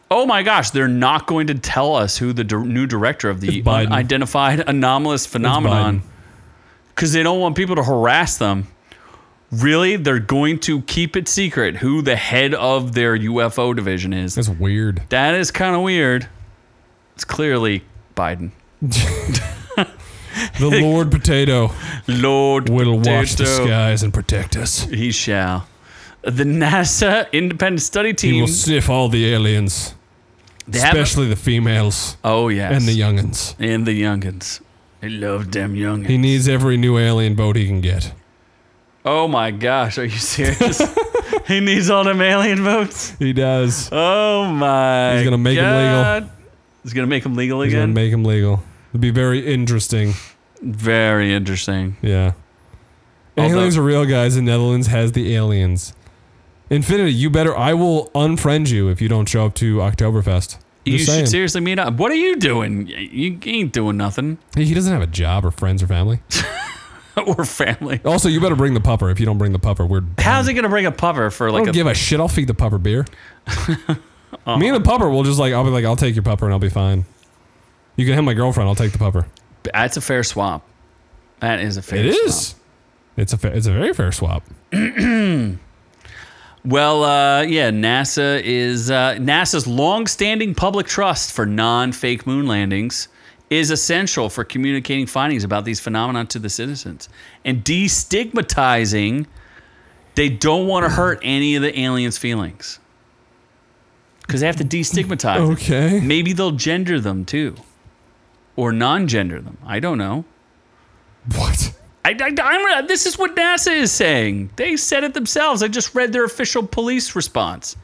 Speaker 2: Oh my gosh, they're not going to tell us who the dir- new director of the
Speaker 1: It's Biden.
Speaker 2: unidentified anomalous phenomenon
Speaker 1: Biden.
Speaker 2: because they don't want people to harass them. Really, they're going to keep it secret who the head of their UFO division is.
Speaker 1: That's weird.
Speaker 2: That is kind of weird. It's clearly Biden.
Speaker 1: The Lord Potato
Speaker 2: Lord
Speaker 1: will watch the
Speaker 2: Potato.
Speaker 1: skies and protect us.
Speaker 2: He shall. The NASA independent study
Speaker 1: He
Speaker 2: team.
Speaker 1: will sniff all the aliens,
Speaker 2: they have-
Speaker 1: especially the females
Speaker 2: oh yes,
Speaker 1: and the youngins.
Speaker 2: and the youngins. I love them youngins.
Speaker 1: He needs every new alien boat he can get.
Speaker 2: oh my gosh, are you serious? he needs all them alien votes.
Speaker 1: He does.
Speaker 2: Oh my.
Speaker 1: He's gonna make 'em legal.
Speaker 2: God. legal. He's gonna make him legal
Speaker 1: He's
Speaker 2: again.
Speaker 1: gonna make him legal. It'd be very interesting.
Speaker 2: Very interesting.
Speaker 1: Yeah.
Speaker 2: Although-
Speaker 1: aliens are real, guys. The Netherlands has the aliens. Infinity, you better. I will unfriend you if you don't show up to Oktoberfest.
Speaker 2: You
Speaker 1: Just saying.
Speaker 2: should seriously meet up. What are you doing? You ain't doing nothing.
Speaker 1: He he doesn't have a job or friends or family.
Speaker 2: or family.
Speaker 1: Also, you better bring the pupper. If you don't bring the pupper, we're.
Speaker 2: How's he gonna bring a puffer for
Speaker 1: I
Speaker 2: like
Speaker 1: don't
Speaker 2: a
Speaker 1: give a shit. I'll feed the pupper beer. Me and the pupper will just like. I'll be like, I'll take your pupper and I'll be fine. You can have my girlfriend. I'll take the pupper.
Speaker 2: That's a fair swap. That is a fair
Speaker 1: It
Speaker 2: swap.
Speaker 1: is. It's a fa- it's a very fair swap.
Speaker 2: Well, uh, yeah, NASA is uh, NASA's long-standing public trust for non-fake moon landings is essential for communicating findings about these phenomena to the citizens and destigmatizing. They don't want to hurt any of the aliens' feelings because they have to destigmatize. them.
Speaker 1: Okay.
Speaker 2: Maybe they'll gender them too, or non-gender them. I don't know.
Speaker 1: What?
Speaker 2: I, I, I'm, this is what NASA is saying. They said it themselves. I just read their official police response.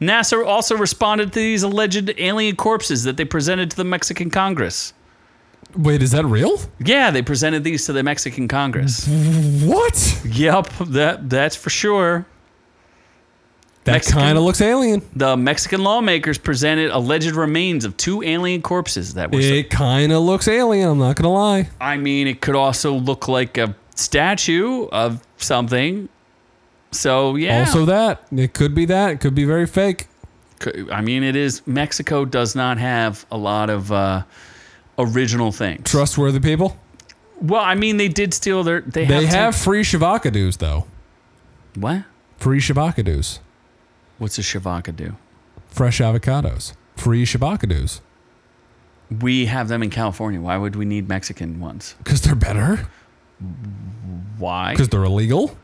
Speaker 2: NASA also responded to these alleged alien corpses that they presented to the Mexican Congress.
Speaker 1: Wait, is that real?
Speaker 2: Yeah, they presented these to the Mexican Congress.
Speaker 1: What?
Speaker 2: yep, that that's for sure.
Speaker 1: That
Speaker 2: Mexican-
Speaker 1: kind of looks alien.
Speaker 2: The Mexican lawmakers presented alleged remains of two alien corpses that were.
Speaker 1: It kind of looks alien. I'm not gonna lie.
Speaker 2: I mean, it could also look like a statue of something. So yeah.
Speaker 1: Also, that it could be that. It could be very fake.
Speaker 2: C- I mean, it is Mexico does not have a lot of uh, original things.
Speaker 1: Trustworthy people.
Speaker 2: Well, I mean, they did steal their. They,
Speaker 1: They
Speaker 2: have,
Speaker 1: have free shavakadoos though.
Speaker 2: some- what?
Speaker 1: Free shavakadoos.
Speaker 2: What's a shavaka do?
Speaker 1: Fresh avocados. Free shavakadoos.
Speaker 2: We have them in California. Why would we need Mexican ones?
Speaker 1: Because they're better.
Speaker 2: Why?
Speaker 1: Because they're illegal.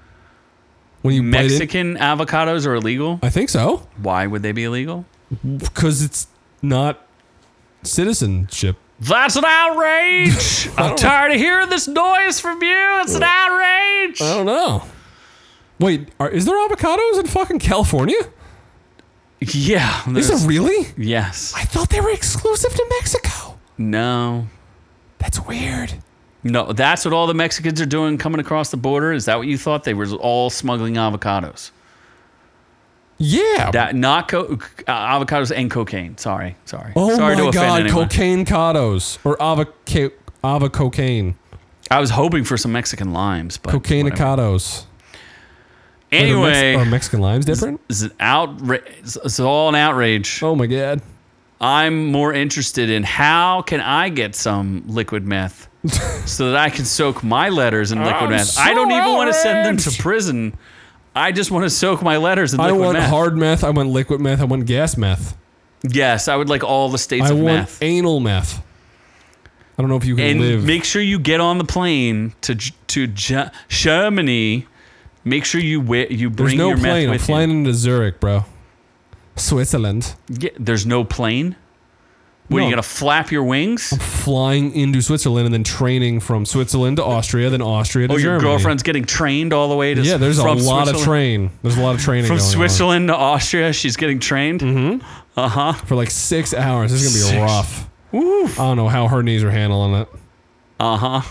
Speaker 1: When you bite it,
Speaker 2: Mexican avocados are illegal.
Speaker 1: I think so.
Speaker 2: Why would they be illegal?
Speaker 1: Because it's not citizenship.
Speaker 2: That's an outrage. I'm tired of hearing this noise from you. It's an outrage.
Speaker 1: I don't know. Wait, are, is there avocados in fucking California?
Speaker 2: Yeah.
Speaker 1: Is
Speaker 2: there's-
Speaker 1: there really?
Speaker 2: yes.
Speaker 1: I thought they were exclusive to Mexico.
Speaker 2: No.
Speaker 1: That's weird.
Speaker 2: No, that's what all the Mexicans are doing coming across the border. Is that what you thought? They were all smuggling avocados.
Speaker 1: Yeah.
Speaker 2: That not co- uh, avocados and cocaine. Sorry, sorry.
Speaker 1: oh
Speaker 2: sorry
Speaker 1: my god,
Speaker 2: anyone.
Speaker 1: cocaine cados or avoca avococaine.
Speaker 2: I was hoping for some Mexican limes, but
Speaker 1: Cocaine
Speaker 2: whatever.
Speaker 1: cados.
Speaker 2: Anyway,
Speaker 1: Are Mexican limes different?
Speaker 2: it's an outra- it's- it's all an outrage.
Speaker 1: Oh my god.
Speaker 2: I'm more interested in how can I get some liquid meth so that I can soak my letters in liquid
Speaker 1: I'm
Speaker 2: meth. I don't
Speaker 1: so
Speaker 2: even want to send them to
Speaker 1: outraged.
Speaker 2: prison. I just want to soak my letters in
Speaker 1: I
Speaker 2: liquid
Speaker 1: want
Speaker 2: meth.
Speaker 1: hard meth. I want liquid meth. I want gas meth.
Speaker 2: Yes, I would like all the states
Speaker 1: I
Speaker 2: of
Speaker 1: want
Speaker 2: meth.
Speaker 1: anal meth. I don't know if you can
Speaker 2: and
Speaker 1: live.
Speaker 2: make sure you get on the plane to G- to Ge- Germany. Make sure you wear, you
Speaker 1: There's
Speaker 2: bring
Speaker 1: no
Speaker 2: your
Speaker 1: plane.
Speaker 2: meth
Speaker 1: I'm
Speaker 2: with
Speaker 1: flying into Zurich, bro. Switzerland.
Speaker 2: you. Yeah, there's no plane. Where
Speaker 1: No.
Speaker 2: you gonna flap your wings?
Speaker 1: Flying into Switzerland and then training from Switzerland to Austria, then Austria to
Speaker 2: Oh, your
Speaker 1: Germany.
Speaker 2: girlfriend's getting trained all the way to
Speaker 1: Yeah, there's a
Speaker 2: from
Speaker 1: lot of
Speaker 2: Switzerland-
Speaker 1: train. There's a lot of training
Speaker 2: from
Speaker 1: going on. Mm-hmm.
Speaker 2: Switzerland to Austria. She's getting trained.
Speaker 1: for like six hours. This is gonna be
Speaker 2: Six.
Speaker 1: rough. I don't know how her knees are handling it.
Speaker 2: Uh huh.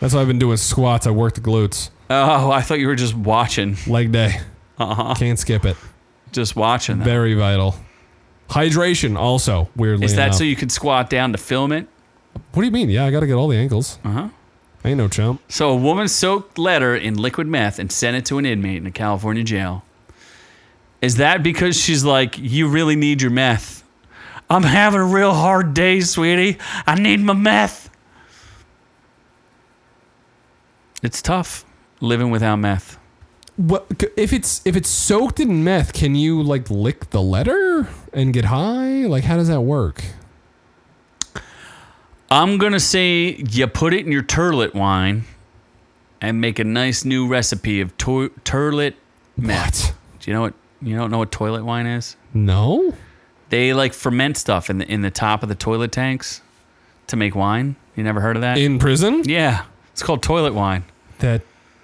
Speaker 1: That's why I've been doing squats. I work the glutes.
Speaker 2: Oh, I thought you were just watching,
Speaker 1: Leg day. Uh-huh. Can't skip it.
Speaker 2: just watching. That.
Speaker 1: Very vital. Hydration also weirdly.
Speaker 2: Is that
Speaker 1: enough.
Speaker 2: so you could squat down to film it?
Speaker 1: What do you mean? Yeah, I got to get all the angles. Uh
Speaker 2: Uh-huh.
Speaker 1: Ain't no chump.
Speaker 2: So a woman soaked letter in liquid meth and sent it to an inmate in a California jail. Is that because she's like, you really need your meth? I'm having a real hard day, sweetie. I need my meth. It's tough living without meth.
Speaker 1: What c- if it's if it's soaked in meth? Can you like lick the letter and get high? Like how does that work?
Speaker 2: I'm going to say you put it in your turlet wine and make a nice new recipe of to- turlet meth.
Speaker 1: What?
Speaker 2: Do you know what you don't know what toilet wine is?
Speaker 1: No.
Speaker 2: They like ferment stuff in the in the top of the toilet tanks to make wine. You never heard of that?
Speaker 1: In prison?
Speaker 2: yeah, it's called toilet wine.
Speaker 1: That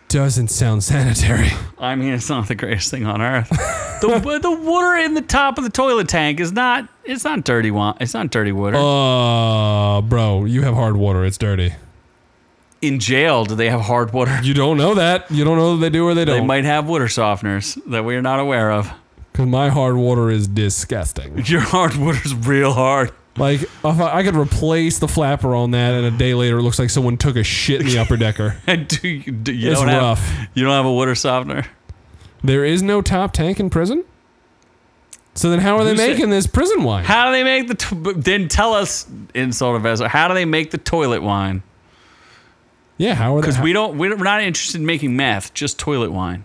Speaker 1: doesn't sound sanitary.
Speaker 2: I mean, it's not the greatest thing on earth. the the water in the top of the toilet tank is not it's not dirty wine. It's not dirty water.
Speaker 1: Uh, bro, you have hard water. It's dirty.
Speaker 2: in jail, do they have hard water?
Speaker 1: You don't know that. You don't know that they do or they
Speaker 2: They
Speaker 1: don't.
Speaker 2: might have water softeners that we are not aware of.
Speaker 1: Because my hard water is disgusting.
Speaker 2: Your hard water's real hard.
Speaker 1: Like, if I, I could replace the flapper on that, and a day later it looks like someone took a shit in the upper decker.
Speaker 2: And do you, do you
Speaker 1: It's
Speaker 2: don't
Speaker 1: rough.
Speaker 2: have you don't have a water softener?
Speaker 1: There is no top tank in prison. So then, how are they
Speaker 2: Who said-
Speaker 1: making this prison wine?
Speaker 2: How do they make the t- then tell us insult investor? How do they make the toilet wine?
Speaker 1: yeah, how are they?
Speaker 2: Because
Speaker 1: How,
Speaker 2: we don't we're not interested in making meth, just toilet wine.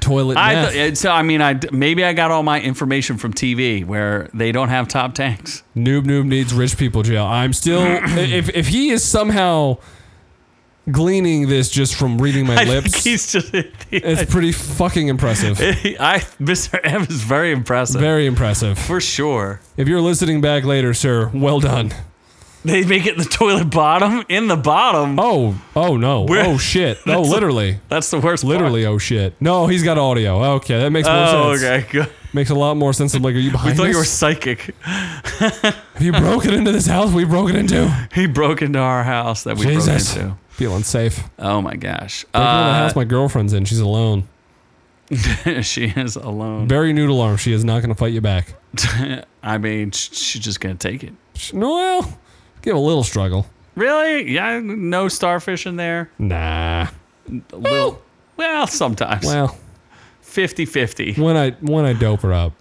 Speaker 1: toilet
Speaker 2: I
Speaker 1: meth.
Speaker 2: th- it's- I mean I d- maybe I got all my information from TV where they don't have top tanks.
Speaker 1: noob noob needs rich people jail. I'm still. if if he is somehow gleaning this just from reading my
Speaker 2: I think
Speaker 1: lips,
Speaker 2: he's just
Speaker 1: it's pretty fucking impressive.
Speaker 2: I Mr. M is very impressive
Speaker 1: Very impressive.
Speaker 2: for sure.
Speaker 1: If you're listening back later, sir, well done.
Speaker 2: They make it in the toilet bottom in the bottom.
Speaker 1: Oh, oh no.
Speaker 2: We're-
Speaker 1: oh shit. Oh,
Speaker 2: That's-
Speaker 1: literally.
Speaker 2: That's the worst. part.
Speaker 1: Literally, oh shit. No, he's got audio. Okay, that makes more
Speaker 2: Oh,
Speaker 1: sense.
Speaker 2: okay. Good.
Speaker 1: Makes a lot more sense. I'm like, are you
Speaker 2: I
Speaker 1: behind
Speaker 2: thought you were
Speaker 1: us?
Speaker 2: psychic.
Speaker 1: Have you broken into this house we broke it into?
Speaker 2: He broke into our house that we
Speaker 1: Jesus.
Speaker 2: broke into.
Speaker 1: Feeling safe. Broke
Speaker 2: Oh my gosh.
Speaker 1: into the
Speaker 2: Uh,
Speaker 1: house my girlfriend's in. She's alone.
Speaker 2: she is alone.
Speaker 1: Very noodle arm. She is not going to fight you back.
Speaker 2: I mean, sh- she's just gonna take it.
Speaker 1: Sh- No, well, give a little struggle.
Speaker 2: Really? Yeah, no starfish in there.
Speaker 1: Nah.
Speaker 2: A little. Well, sometimes.
Speaker 1: Well,
Speaker 2: 50-50.
Speaker 1: when I when I dope her up,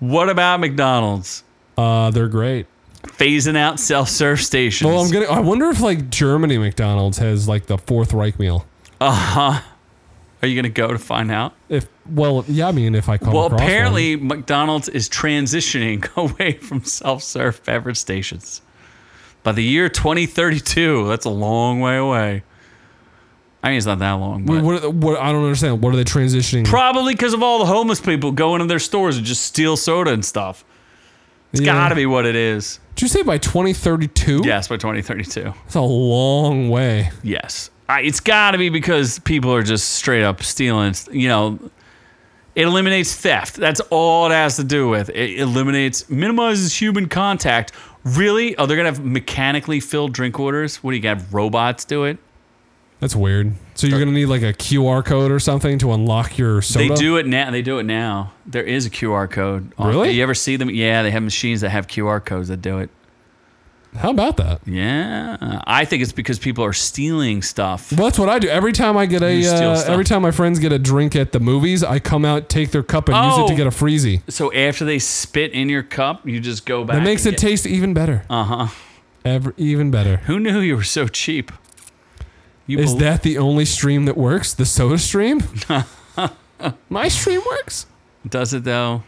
Speaker 2: What about McDonald's
Speaker 1: uh, they're great.
Speaker 2: phasing out self-serve stations?
Speaker 1: Well, I'm gonna. I wonder if like Germany McDonald's has like the Fourth Reich meal.
Speaker 2: Uh-huh. Are you gonna go to find out?
Speaker 1: If well, yeah, I mean, if I come
Speaker 2: Well,
Speaker 1: across one.
Speaker 2: apparently McDonald's is transitioning away from self-serve beverage stations. By the year 2032, that's a long way away. I mean, it's not that long. But
Speaker 1: Wait, what, are the- what- I don't understand. What are they transitioning?
Speaker 2: Probably because of all the homeless people going to their stores and just steal soda and stuff. It's
Speaker 1: Yeah.
Speaker 2: gotta be what it is.
Speaker 1: Did you say by 2032?
Speaker 2: Yes, by 2032.
Speaker 1: That's a long way.
Speaker 2: Yes. I, it's gotta be because people are just straight up stealing. You know, it eliminates theft. That's all it has to do with. It eliminates, minimizes human contact. Really? Oh, they're gonna have mechanically filled drink orders? What do you got? Robots do it?
Speaker 1: That's weird. So you're gonna need like a QR code or something to unlock your soda.
Speaker 2: They do it now. They do it now. There is a QR code. on-
Speaker 1: Really?
Speaker 2: You ever see them? Yeah, they have machines that have QR codes that do it.
Speaker 1: How about that?
Speaker 2: Yeah, I think it's because people are stealing stuff.
Speaker 1: Well, that's what I do. Every time I get a,
Speaker 2: You steal
Speaker 1: uh,
Speaker 2: stuff.
Speaker 1: every time my friends get a drink at the movies, I come out, take their cup, and use it to
Speaker 2: Oh.
Speaker 1: get a freezy.
Speaker 2: So after they spit in your cup, you just go back.
Speaker 1: That makes it taste even better.
Speaker 2: Uh huh.
Speaker 1: Ever even better.
Speaker 2: Who knew you were so cheap? You
Speaker 1: Is
Speaker 2: bel-
Speaker 1: that the only stream that works? The soda stream? my stream works.
Speaker 2: does it though?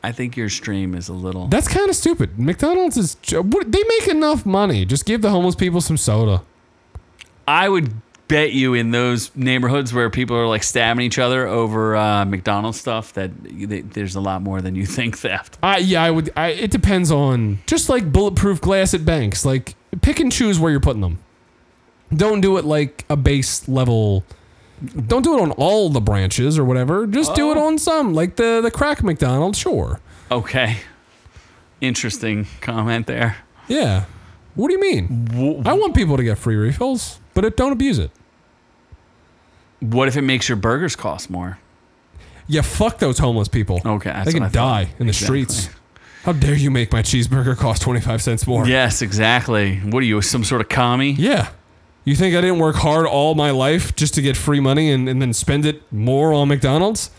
Speaker 2: I think your stream is a little.
Speaker 1: That's kind of stupid. McDonald's is what- they make enough money. Just give the homeless people some soda.
Speaker 2: I would bet you in those neighborhoods where people are like stabbing each other over uh, McDonald's stuff that they, there's a lot more than you think theft.
Speaker 1: I yeah, I would. I, it depends on just like bulletproof glass at banks. Like pick and choose where you're putting them. Don't do it like a base level. Don't do it on all the branches or whatever. Just do it
Speaker 2: Oh.
Speaker 1: on some, like the the crack McDonald's. Sure.
Speaker 2: Okay. Interesting comment there.
Speaker 1: Yeah. What do you mean?
Speaker 2: Wh-
Speaker 1: I want people to get free refills, but it, don't abuse it.
Speaker 2: What if it makes your burgers cost more?
Speaker 1: Yeah, fuck those homeless people.
Speaker 2: Okay, that's
Speaker 1: they can
Speaker 2: what I thought.
Speaker 1: die in the
Speaker 2: Exactly.
Speaker 1: streets. How dare you make my cheeseburger cost twenty five cents more?
Speaker 2: Yes, exactly. What are you, some sort of commie?
Speaker 1: Yeah. You think I didn't work hard all my life just to get free money and, and then spend it more on McDonald's?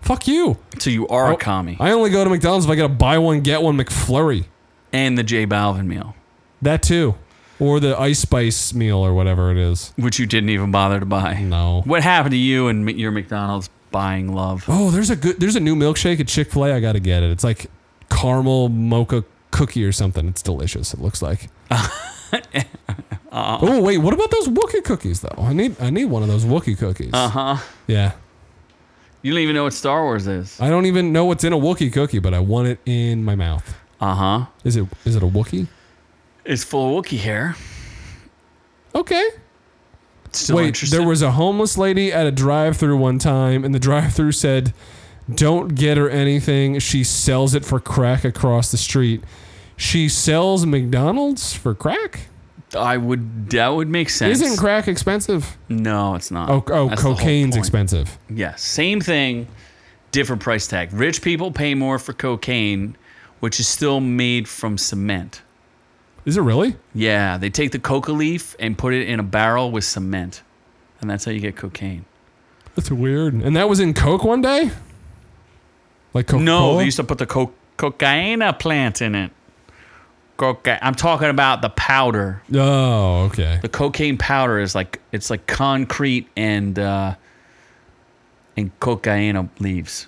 Speaker 1: Fuck you.
Speaker 2: So you are
Speaker 1: Oh,
Speaker 2: a commie.
Speaker 1: I only go to McDonald's if I got to buy one, get one McFlurry.
Speaker 2: and the J Balvin meal,
Speaker 1: That too. Or the ice spice meal or whatever it is.
Speaker 2: which you didn't even bother to buy.
Speaker 1: No.
Speaker 2: What happened to you and m- your McDonald's buying love?
Speaker 1: Oh, there's a good there's a new milkshake at Chick-fil-A. I got to get it. It's like caramel mocha cookie or something. It's delicious. It looks like. oh, wait, what about those Wookie cookies though? I need I need one of those Wookie cookies.
Speaker 2: Uh huh.
Speaker 1: yeah.
Speaker 2: You don't even know what Star Wars is.
Speaker 1: I don't even know what's in a Wookiee cookie, but I want it in my mouth.
Speaker 2: Uh huh.
Speaker 1: Is it is it a Wookiee?
Speaker 2: It's full of Wookiee hair.
Speaker 1: Okay.
Speaker 2: Still
Speaker 1: Wait,
Speaker 2: interested?
Speaker 1: there was a homeless lady at a drive-through one time, and the drive-through said, "Don't get her anything. She sells it for crack across the street. She sells McDonald's for crack.
Speaker 2: I would. That would make sense.
Speaker 1: Isn't crack expensive?
Speaker 2: no, it's not.
Speaker 1: Oh, oh,
Speaker 2: That's the whole
Speaker 1: cocaine's
Speaker 2: point.
Speaker 1: expensive.
Speaker 2: Yeah, same thing, different price tag. Rich people pay more for cocaine, which is still made from cement.
Speaker 1: Is it really?
Speaker 2: Yeah, they take the coca leaf and put it in a barrel with cement, and that's how you get cocaine.
Speaker 1: That's weird. And that was in Coke one day. Like Coke.
Speaker 2: No, they used to put the co- cocaina plant in it. Coca- I'm talking about the powder.
Speaker 1: Oh, okay.
Speaker 2: The cocaine powder is like it's like concrete and uh, and cocaina leaves.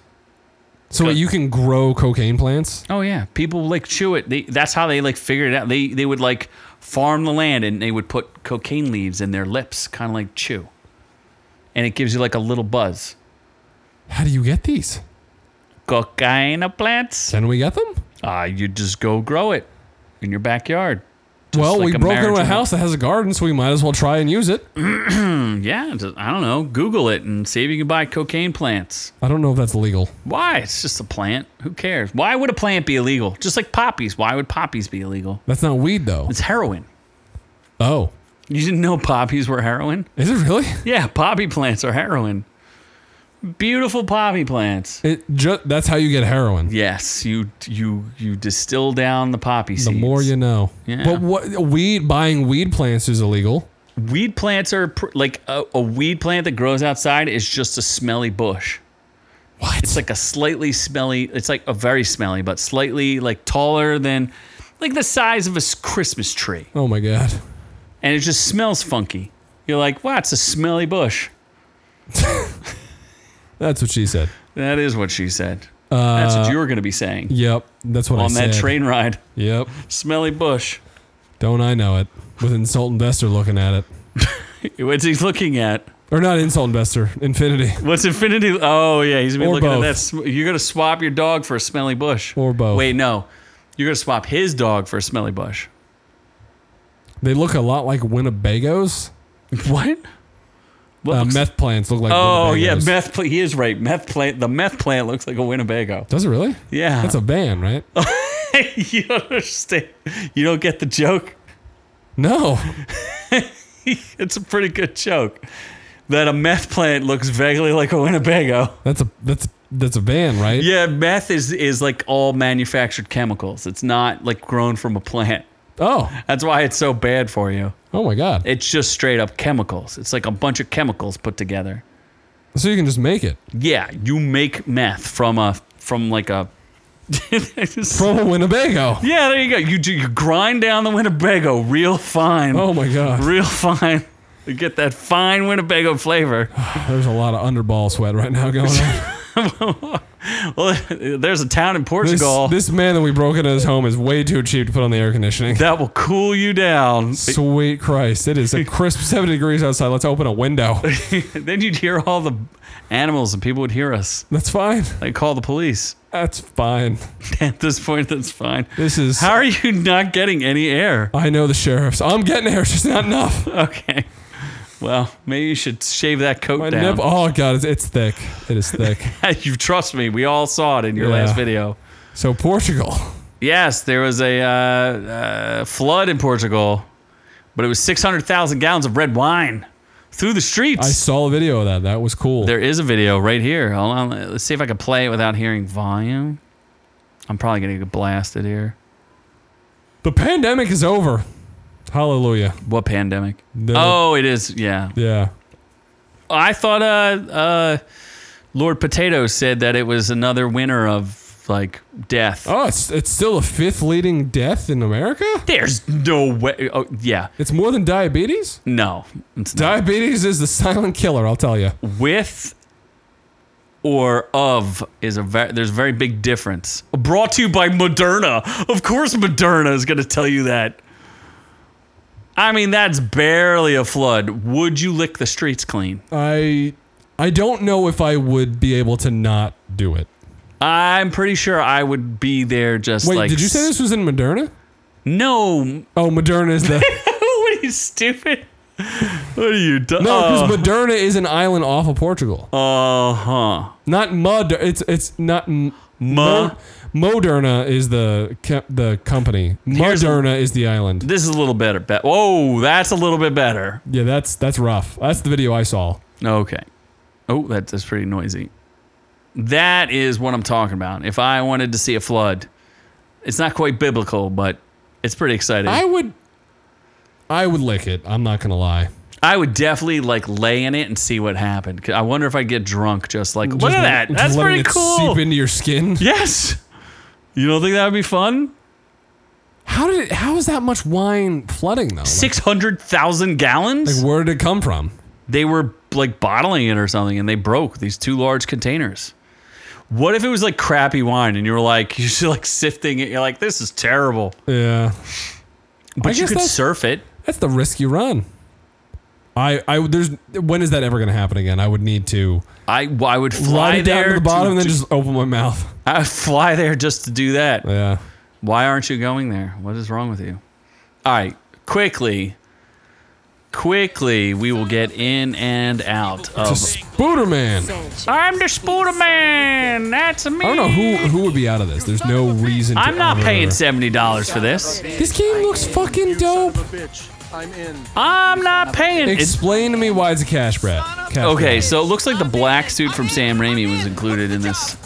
Speaker 1: So wait, you can grow cocaine plants.
Speaker 2: Oh yeah, people like chew it. They, that's how they like figured it out. They they would like farm the land and they would put cocaine leaves in their lips, kind of like chew, and it gives you like a little buzz.
Speaker 1: How do you get these?
Speaker 2: Cocaine plants.
Speaker 1: Can we get them?
Speaker 2: Uh, you just go grow it in your backyard. Just
Speaker 1: well,
Speaker 2: like
Speaker 1: we broke into a
Speaker 2: marijuana-
Speaker 1: house that has a garden, so we might as well try and use it.
Speaker 2: Yeah, just, I don't know. Google it and see if you can buy cocaine plants.
Speaker 1: I don't know if that's legal.
Speaker 2: Why? It's just a plant. Who cares? Why would a plant be illegal? Just like poppies. Why would poppies be illegal?
Speaker 1: That's not weed, though.
Speaker 2: It's heroin.
Speaker 1: Oh,
Speaker 2: You didn't know poppies were heroin?
Speaker 1: is it really?
Speaker 2: Yeah, poppy plants are heroin. Beautiful poppy plants.
Speaker 1: It ju- that's how you get heroin.
Speaker 2: Yes, you you you distill down the poppy
Speaker 1: The
Speaker 2: seeds.
Speaker 1: more you know.
Speaker 2: Yeah.
Speaker 1: But what weed buying weed plants is illegal.
Speaker 2: weed plants are pr- like a, a weed plant that grows outside is just a smelly bush.
Speaker 1: What?
Speaker 2: It's like a slightly smelly. It's like a very smelly, but slightly like taller than, like the size of a s- Christmas tree,
Speaker 1: oh my god.
Speaker 2: and it just smells funky. You're like, wow, it's a smelly bush.
Speaker 1: That's what she said.
Speaker 2: That is what she said. That's what you were gonna be saying
Speaker 1: Yep, that's what Uh, I
Speaker 2: on
Speaker 1: said.
Speaker 2: that train ride.
Speaker 1: Yep.
Speaker 2: Smelly bush.
Speaker 1: Don't I know it? With insult investor looking at it,
Speaker 2: What's he looking at?
Speaker 1: or not insult investor, infinity
Speaker 2: What's infinity? Oh yeah, he's been
Speaker 1: Or
Speaker 2: looking
Speaker 1: both.
Speaker 2: at that. sm- You're gonna swap your dog for a smelly bush.
Speaker 1: or both.
Speaker 2: Wait, no, you're gonna swap his dog for a smelly bush.
Speaker 1: they look a lot like Winnebagos.
Speaker 2: What? What?
Speaker 1: Uh,
Speaker 2: looks-
Speaker 1: meth plants look like.
Speaker 2: oh yeah,
Speaker 1: Winnebagos.
Speaker 2: meth. Pl- he is right. Meth plant. The meth plant looks like a Winnebago.
Speaker 1: Does it really?
Speaker 2: Yeah.
Speaker 1: That's a ban, right?
Speaker 2: Oh. you don't understand. You don't get the joke.
Speaker 1: No.
Speaker 2: It's a pretty good joke. That a meth plant looks vaguely like a Winnebago.
Speaker 1: That's a that's that's a ban, right?
Speaker 2: Yeah, meth is is like all manufactured chemicals. It's not like grown from a plant.
Speaker 1: Oh.
Speaker 2: That's why it's so bad for you.
Speaker 1: Oh my god.
Speaker 2: It's just straight up chemicals. It's like a bunch of chemicals put together.
Speaker 1: So you can just make it.
Speaker 2: Yeah, you make meth from a from like a.
Speaker 1: From a Winnebago.
Speaker 2: yeah, there you go. You do you grind down the Winnebago real fine,
Speaker 1: Oh my god.
Speaker 2: real fine. You get that fine Winnebago flavor.
Speaker 1: There's a lot of underball sweat right now going on.
Speaker 2: Well, there's a town in
Speaker 1: This,
Speaker 2: Portugal
Speaker 1: this man that we broke into his home is way too cheap to put on the air conditioning.
Speaker 2: that will cool you down.
Speaker 1: Sweet Christ. It is a crisp 70 degrees outside. Let's open a window.
Speaker 2: then you'd hear all the animals and people would hear us.
Speaker 1: That's fine.
Speaker 2: They'd call the police.
Speaker 1: That's fine.
Speaker 2: At this point, that's fine.
Speaker 1: This is.
Speaker 2: How are you not getting any air?
Speaker 1: I know the sheriffs. I'm getting air, just not enough.
Speaker 2: Okay. Well, maybe you should shave that coat
Speaker 1: My
Speaker 2: down.
Speaker 1: nip. Oh, God. It's, it's thick. It is thick.
Speaker 2: you trust me. We all saw it in your
Speaker 1: Yeah.
Speaker 2: last video.
Speaker 1: so, Portugal.
Speaker 2: Yes, there was a uh, uh, flood in Portugal, but it was 600,000 gallons of red wine through the streets.
Speaker 1: I saw a video of that. That was cool.
Speaker 2: There is a video right here. Hold on. Let's see if I can play it without hearing volume. I'm probably going to get blasted here.
Speaker 1: The pandemic is over. Hallelujah.
Speaker 2: What pandemic?
Speaker 1: The-
Speaker 2: oh, it is. Yeah.
Speaker 1: Yeah.
Speaker 2: I thought uh, uh, Lord Potato said that it was another winner of like death.
Speaker 1: Oh, it's, it's still the fifth leading death in America?
Speaker 2: There's no way. Oh, yeah.
Speaker 1: It's more than diabetes?
Speaker 2: No. It's not.
Speaker 1: Diabetes is the silent killer, I'll tell you.
Speaker 2: With or of is a very, there's a very big difference. Brought to you by Moderna. Of course, Moderna is going to tell you that. I mean, that's barely a flood. Would you lick the streets clean?
Speaker 1: I I don't know if I would be able to not do it.
Speaker 2: I'm pretty sure I would be there just
Speaker 1: Wait,
Speaker 2: like.
Speaker 1: did you say this was in Moderna?
Speaker 2: No,
Speaker 1: Oh, Moderna is the
Speaker 2: what are you stupid? What are you doing?
Speaker 1: no, because
Speaker 2: oh,
Speaker 1: Moderna is an island off of Portugal.
Speaker 2: uh huh.
Speaker 1: Not mud. It's it's not. M-
Speaker 2: Ma.
Speaker 1: Mo- Moderna is the ca- the company.
Speaker 2: Here's-
Speaker 1: Moderna is the island.
Speaker 2: This is a little better. Be- Whoa, that's a little bit better.
Speaker 1: Yeah, that's that's rough. That's the video I saw.
Speaker 2: Okay. Oh, that, that's pretty noisy. That is what I'm talking about. If I wanted to see a flood, it's not quite biblical, but it's pretty exciting.
Speaker 1: I
Speaker 2: I,
Speaker 1: would, I would lick it. I'm not gonna lie.
Speaker 2: would definitely like lay in it and see what happened. 'Cause I wonder if I get drunk just like look
Speaker 1: Just
Speaker 2: at
Speaker 1: let-
Speaker 2: that.
Speaker 1: just
Speaker 2: That's
Speaker 1: letting
Speaker 2: pretty
Speaker 1: it
Speaker 2: cool.
Speaker 1: Seep into your skin.
Speaker 2: yes. You don't think that would be fun?
Speaker 1: How did? It, how is that much wine flooding though? Like,
Speaker 2: Six hundred thousand gallons.
Speaker 1: like, where did it come from?
Speaker 2: they were like bottling it or something and they broke these two large containers. What if it was like crappy wine and you were like you're just like sifting it, you're like, this is terrible.
Speaker 1: Yeah.
Speaker 2: But you
Speaker 1: guess
Speaker 2: could
Speaker 1: that's-
Speaker 2: surf it.
Speaker 1: That's the risk you run. I, I, there's, when is that ever going to happen again? I would need to
Speaker 2: I well, I would
Speaker 1: slide
Speaker 2: fly
Speaker 1: it down
Speaker 2: there
Speaker 1: to the bottom and then
Speaker 2: just
Speaker 1: just open my mouth.
Speaker 2: I would fly there just to do that.
Speaker 1: Yeah.
Speaker 2: Why aren't you going there? What is wrong with you? All right, quickly. Quickly, we will get in and out
Speaker 1: To
Speaker 2: of.
Speaker 1: Spooderman.
Speaker 2: I'm the Spooder Man. That's me.
Speaker 1: I don't know who who would be out of this. There's no reason. To
Speaker 2: I'm not
Speaker 1: ever-
Speaker 2: paying seventy dollars for this.
Speaker 1: This game looks fucking dope.
Speaker 3: I'm in.
Speaker 2: I'm not paying. It's-
Speaker 1: Explain to me why it's a cash grab. Cash
Speaker 2: okay,
Speaker 1: grab.
Speaker 2: so it looks like the black suit from Sam Raimi was included in this.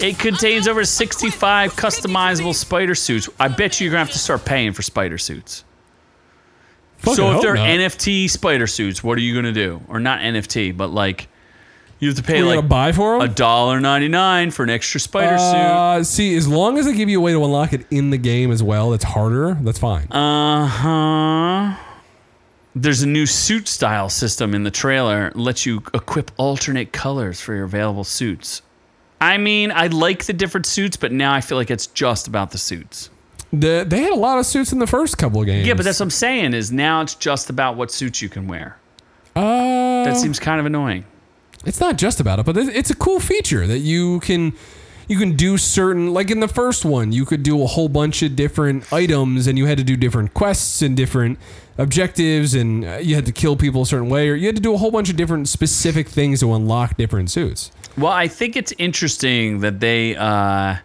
Speaker 2: It contains over 65 customizable spider suits. I bet you you're gonna have to start paying for spider suits.
Speaker 1: Fucking
Speaker 2: so if
Speaker 1: hope
Speaker 2: they're
Speaker 1: not.
Speaker 2: NFT spider suits, what are you gonna do? Or not NFT, but like you have to pay
Speaker 1: We're
Speaker 2: like
Speaker 1: gonna buy for
Speaker 2: a
Speaker 1: them.
Speaker 2: dollar ninety nine for an extra spider suit.
Speaker 1: Uh, see, as long as they give you a way to unlock it in the game as well, that's harder. That's fine.
Speaker 2: Uh huh. Uh-huh. There's a new suit style system in the trailer. Lets you equip alternate colors for your available suits. I mean, I like the different suits, but now I feel like it's just about the suits.
Speaker 1: The- they had a lot of suits in the first couple of games.
Speaker 2: Yeah, but that's what I'm saying is now it's just about what suits you can wear.
Speaker 1: uh,
Speaker 2: That seems kind of annoying.
Speaker 1: it's not just about it, but it- it's a cool feature that you can you can do certain like in the first one you could do a whole bunch of different items and you had to do different quests and different objectives and uh, you had to kill people a certain way or you had to do a whole bunch of different specific things to unlock different suits.
Speaker 2: Well, I think it's interesting that they, uh,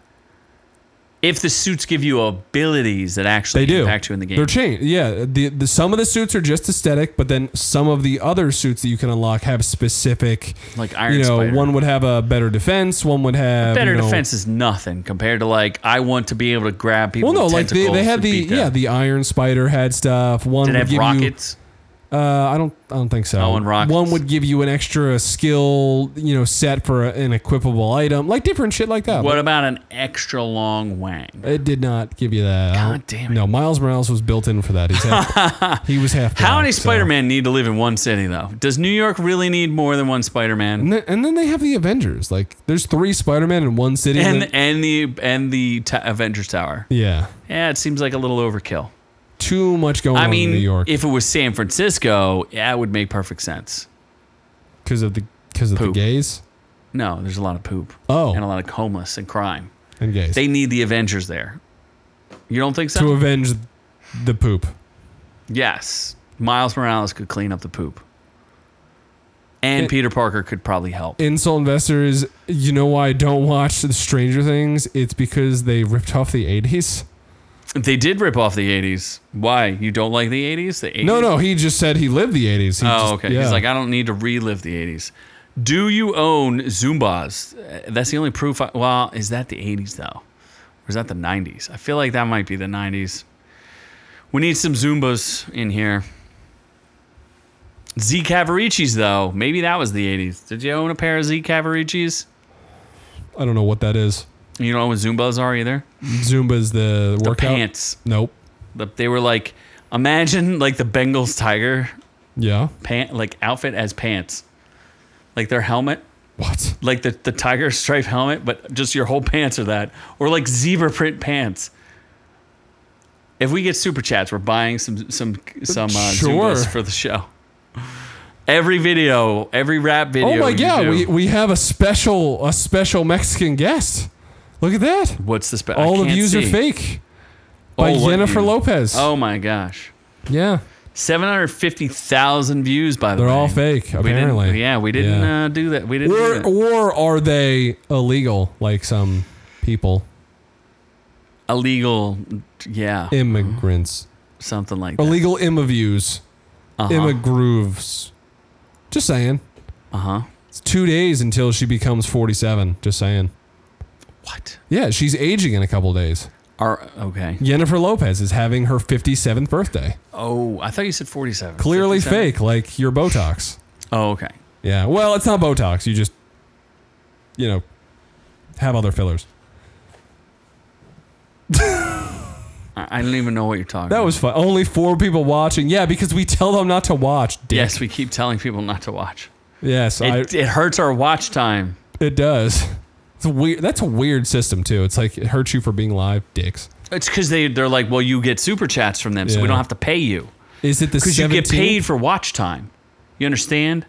Speaker 2: if the suits give you abilities that actually
Speaker 1: They do.
Speaker 2: impact you in the game.
Speaker 1: They're changed. Yeah, the, the some of the suits are just aesthetic, but then some of the other suits that you can unlock have specific
Speaker 2: Like Iron
Speaker 1: you know,
Speaker 2: Spider.
Speaker 1: one would have a better defense, one would have
Speaker 2: better
Speaker 1: you know-
Speaker 2: defense is nothing compared to like I want to be able to grab people.
Speaker 1: Well, no,
Speaker 2: with
Speaker 1: like they,
Speaker 2: tentacles
Speaker 1: they had
Speaker 2: and
Speaker 1: the
Speaker 2: beat them.
Speaker 1: yeah the Iron Spider had stuff. One
Speaker 2: Did they
Speaker 1: would
Speaker 2: have
Speaker 1: give you-
Speaker 2: rockets?
Speaker 1: Uh, I don't. I don't think so.
Speaker 2: Oh, and rockets.
Speaker 1: One would give you an extra skill, you know, set for a, an equipable item, like different shit like that.
Speaker 2: What about an extra long wang?
Speaker 1: It did not give you that. I
Speaker 2: God
Speaker 1: don't-
Speaker 2: damn it.
Speaker 1: No, Miles Morales was built in for that. He's half, he was half.
Speaker 2: How
Speaker 1: black,
Speaker 2: many
Speaker 1: so-
Speaker 2: Spider-Man need to live in one city though? Does New York really need more than one Spider-Man?
Speaker 1: And then, and then they have the Avengers. Like, there's three Spider-Man in one city. and
Speaker 2: And
Speaker 1: then-
Speaker 2: and the and the t- Avengers Tower.
Speaker 1: yeah,
Speaker 2: Yeah, it seems like a little overkill.
Speaker 1: too much going
Speaker 2: I
Speaker 1: on
Speaker 2: mean,
Speaker 1: in New York
Speaker 2: if it was San Francisco, yeah, it would make perfect sense.
Speaker 1: because of the because of the
Speaker 2: Poop.
Speaker 1: gays
Speaker 2: No, there's a lot of poop.
Speaker 1: Oh.
Speaker 2: And a lot of homeless and crime.
Speaker 1: and gays
Speaker 2: They need the Avengers there. You don't think so?
Speaker 1: to avenge the poop.
Speaker 2: yes. Miles Morales could clean up the poop. And
Speaker 1: It-
Speaker 2: Peter Parker could probably help.
Speaker 1: Insult investors, you know why I don't watch the Stranger Things? It's because they ripped off the 80s.
Speaker 2: they did rip off the 80s. Why? You don't like the 80s? The 80s?
Speaker 1: No, no, he just said he lived the 80s. He
Speaker 2: Oh,
Speaker 1: just-
Speaker 2: okay.
Speaker 1: yeah.
Speaker 2: He's like, I don't need to relive the 80s. Do you own Zumbas? Uh, That's the only proof. I, well, is that the 80s, though? Or is that the 90s? I feel like that might be the 90s. We need some Zumbas in here. Z Cavaricis, though. Maybe that was the 80s. Did you own a pair of Z Cavaricis?
Speaker 1: I don't know what that is.
Speaker 2: You don't know what Zumbas are either?
Speaker 1: Zumba's the
Speaker 2: The
Speaker 1: workout.
Speaker 2: pants.
Speaker 1: Nope.
Speaker 2: The- They were like, imagine like the Bengals Tiger
Speaker 1: Yeah.
Speaker 2: pant, like outfit as pants. Like their helmet
Speaker 1: What?
Speaker 2: like the, the tiger stripe helmet, but just your whole pants are that, or like zebra print pants. If we get super chats, we're buying some some some uh,
Speaker 1: Sure.
Speaker 2: Zumbas for the show. Every video, every rap video.
Speaker 1: Oh my
Speaker 2: you
Speaker 1: god,
Speaker 2: do-
Speaker 1: we, we have a special a special Mexican guest. Look at that.
Speaker 2: what's the spec?
Speaker 1: All the views are fake. By
Speaker 2: Oh, what
Speaker 1: Jennifer
Speaker 2: views?
Speaker 1: Lopez.
Speaker 2: Oh my gosh,
Speaker 1: Yeah.
Speaker 2: seven hundred fifty thousand views by the
Speaker 1: They're
Speaker 2: way.
Speaker 1: all fake,
Speaker 2: We didn't-
Speaker 1: apparently.
Speaker 2: yeah, we didn't
Speaker 1: Yeah.
Speaker 2: Uh, do that. We didn't. do
Speaker 1: Or
Speaker 2: that.
Speaker 1: or are they illegal like some people?
Speaker 2: Illegal, yeah,
Speaker 1: Immigrants.
Speaker 2: something like that.
Speaker 1: Illegal immigrooves.
Speaker 2: Uh
Speaker 1: Immigrooves. Just saying.
Speaker 2: huh.
Speaker 1: It's two days until she becomes forty seven. Just saying.
Speaker 2: What?
Speaker 1: Yeah, she's aging in a couple days.
Speaker 2: Are okay.
Speaker 1: Jennifer Lopez is having her 57th birthday.
Speaker 2: Oh, I thought you said 47.
Speaker 1: Clearly
Speaker 2: 57?
Speaker 1: fake, like your Botox.
Speaker 2: Oh, okay.
Speaker 1: Yeah. Well, it's not Botox. You just, you know, have other fillers.
Speaker 2: I I don't even know what you're talking
Speaker 1: That was fun. Only four people watching. Yeah, because we tell them not to watch. Dick.
Speaker 2: Yes, we keep telling people not to watch.
Speaker 1: Yes. It,
Speaker 2: It, it hurts our watch time.
Speaker 1: I, it does. It's a weird. That's a weird system too. It's like it hurts you for being live, dicks.
Speaker 2: It's because they, they're like, well, you get super chats from them, so we
Speaker 1: Yeah.
Speaker 2: don't have to pay you.
Speaker 1: Is it the
Speaker 2: Because you get
Speaker 1: 17th?
Speaker 2: paid for watch time. You understand?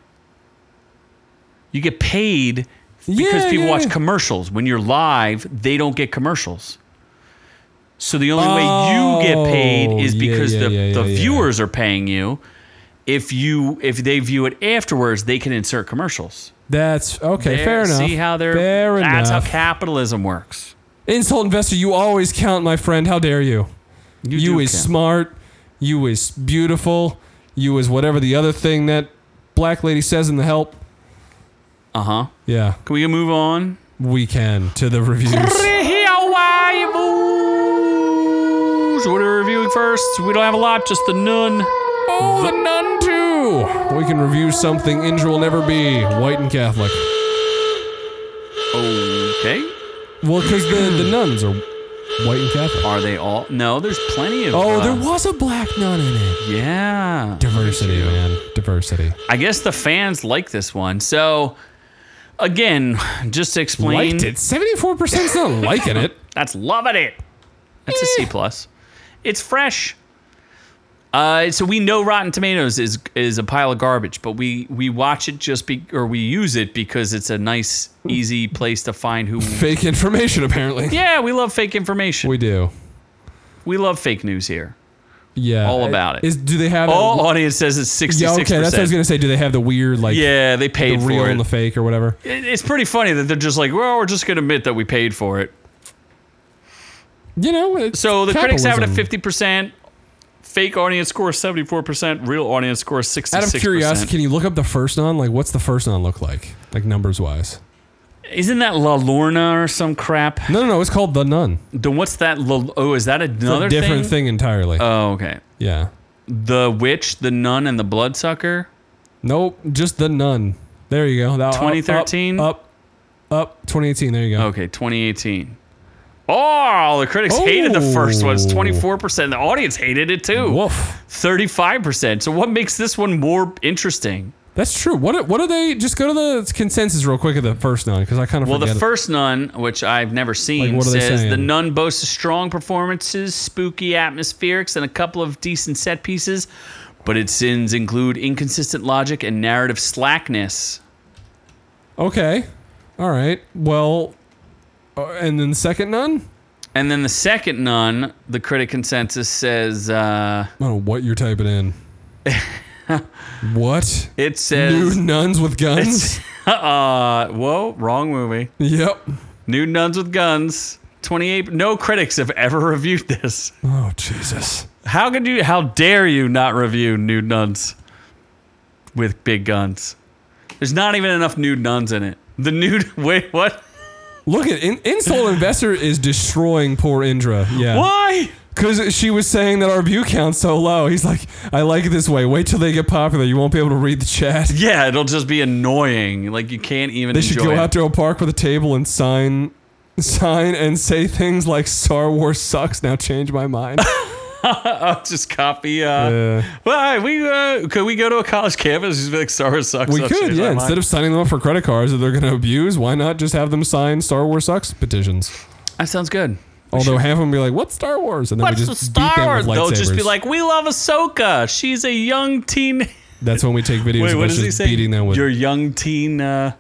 Speaker 2: You get paid because
Speaker 1: Yeah,
Speaker 2: people
Speaker 1: yeah,
Speaker 2: watch
Speaker 1: yeah.
Speaker 2: commercials. When you're live, they don't get commercials. So the only way you get paid is
Speaker 1: Oh, yeah,
Speaker 2: because
Speaker 1: yeah,
Speaker 2: the,
Speaker 1: yeah,
Speaker 2: the
Speaker 1: yeah, yeah.
Speaker 2: viewers are paying you. If you if they view it afterwards, they can insert commercials.
Speaker 1: That's okay.
Speaker 2: There-
Speaker 1: fair enough.
Speaker 2: See how they're
Speaker 1: fair
Speaker 2: that's
Speaker 1: enough.
Speaker 2: how capitalism works.
Speaker 1: Insult investor, you always count, my friend. How dare you? You,
Speaker 2: do
Speaker 1: is
Speaker 2: count.
Speaker 1: smart. You is beautiful. You is whatever the other thing that black lady says in the help.
Speaker 2: Uh huh.
Speaker 1: Yeah,
Speaker 2: Can we move on?
Speaker 1: we can to the reviews.
Speaker 2: So what are we reviewing first? We don't have a lot, just the nun.
Speaker 1: oh, the nun too. We can review something Indra will never be white and Catholic.
Speaker 2: Okay.
Speaker 1: Well, because the the nuns are white and Catholic.
Speaker 2: Are they all? No, there's plenty of.
Speaker 1: Oh,
Speaker 2: uh,
Speaker 1: there was a black nun in it.
Speaker 2: Yeah.
Speaker 1: Diversity, man. Diversity.
Speaker 2: I guess the fans like this one. So, again, just to explain.
Speaker 1: Liked it. Seventy-four percent's not liking it.
Speaker 2: That's loving it. That's a C plus. It's fresh. Uh, so we know Rotten Tomatoes is is a pile of garbage, but we we watch it just be or we use it because it's a nice, easy place to find who.
Speaker 1: Fake information, apparently.
Speaker 2: yeah, we love fake information.
Speaker 1: We
Speaker 2: We,
Speaker 1: do.
Speaker 2: love fake news here.
Speaker 1: Yeah.
Speaker 2: All about it.
Speaker 1: Is do they have
Speaker 2: All
Speaker 1: that-
Speaker 2: audience says it's sixty
Speaker 1: Oh. Yeah,
Speaker 2: six
Speaker 1: okay, that's what I was
Speaker 2: percent.
Speaker 1: gonna say. Do they have the weird like
Speaker 2: Yeah, they
Speaker 1: the
Speaker 2: paid
Speaker 1: real
Speaker 2: for it.
Speaker 1: and the fake or whatever?
Speaker 2: It- It's pretty funny that they're just like, well, we're just going to admit that we paid for it.
Speaker 1: You know. It's
Speaker 2: So the critics have it at 50%,
Speaker 1: capitalism.
Speaker 2: fake audience score 74%, real audience score 66%.
Speaker 1: Out of curiosity, can you look up the first non? Like, what's the first non look like? Like numbers wise?
Speaker 2: Isn't that La Lorna or some crap?
Speaker 1: No, no, no. It's called the nun. It's
Speaker 2: Then what's that? La, oh, is that
Speaker 1: a
Speaker 2: another Uh,
Speaker 1: different thing, entirely.
Speaker 2: Oh, okay.
Speaker 1: yeah.
Speaker 2: The Witch, The Nun, and The Bloodsucker.
Speaker 1: Nope, just the nun. There you go. That- up, up,
Speaker 2: 2013?
Speaker 1: Up, up, 2018. There you go.
Speaker 2: Okay, 2018. Oh, the critics hated the first one.
Speaker 1: Oh.
Speaker 2: It's 24%. The audience hated it too.
Speaker 1: Woof.
Speaker 2: 35%. So what makes this one more interesting?
Speaker 1: That's true. What do- what do they? Just go to the consensus real quick of the first nun because I kind of
Speaker 2: Well,
Speaker 1: forget
Speaker 2: the
Speaker 1: it.
Speaker 2: first nun, which I've never seen,
Speaker 1: Like, what are they
Speaker 2: says the
Speaker 1: saying?
Speaker 2: nun boasts of strong performances, spooky atmospherics, and a couple of decent set pieces, but its sins include inconsistent logic and narrative slackness.
Speaker 1: Okay. All right. Well, uh, and then the second nun.
Speaker 2: And then the second nun, the critic consensus says uh,
Speaker 1: I don't know what you're typing in. what?
Speaker 2: it
Speaker 1: New
Speaker 2: says
Speaker 1: nuns with guns?
Speaker 2: uh, whoa, wrong movie.
Speaker 1: yep.
Speaker 2: New nuns with guns. 28 no critics have ever reviewed this.
Speaker 1: Oh Jesus.
Speaker 2: How could you? How dare you not review nude nuns with big guns? There's not even enough nude nuns in it. The nude. Wait, what?
Speaker 1: Look at in, Insole Investor is destroying poor Indra. Yeah.
Speaker 2: Why?
Speaker 1: Because she was saying that our view count's so low. He's like, I like it this way. Wait till they get popular. You won't be able to read the chat.
Speaker 2: Yeah, it'll just be annoying. Like you can't even.
Speaker 1: They should
Speaker 2: enjoy
Speaker 1: go
Speaker 2: it.
Speaker 1: out to a park with a table and sign, sign and say things like "Star Wars sucks." Now change my mind.
Speaker 2: I'll just copy. Uh,
Speaker 1: Yeah.
Speaker 2: Why we? Uh, could we go to a college campus? Just be like Star Wars sucks.
Speaker 1: we
Speaker 2: I'll
Speaker 1: could,
Speaker 2: change my
Speaker 1: yeah.
Speaker 2: mind."
Speaker 1: Instead of signing them up for credit cards that they're going to abuse, why not just have them sign "Star Wars sucks" petitions?
Speaker 2: that sounds good.
Speaker 1: Although half of them be like, "What's Star Wars?" and then
Speaker 2: What's
Speaker 1: we
Speaker 2: the
Speaker 1: just
Speaker 2: Star
Speaker 1: beat them
Speaker 2: Wars?
Speaker 1: with
Speaker 2: They'll just be
Speaker 1: lightsabers.
Speaker 2: like, "We love Ahsoka. She's a young teen."
Speaker 1: "That's when we take videos
Speaker 2: Wait,
Speaker 1: of
Speaker 2: what
Speaker 1: us
Speaker 2: does he
Speaker 1: just
Speaker 2: say?
Speaker 1: beating them with
Speaker 2: Your young teen. Uh,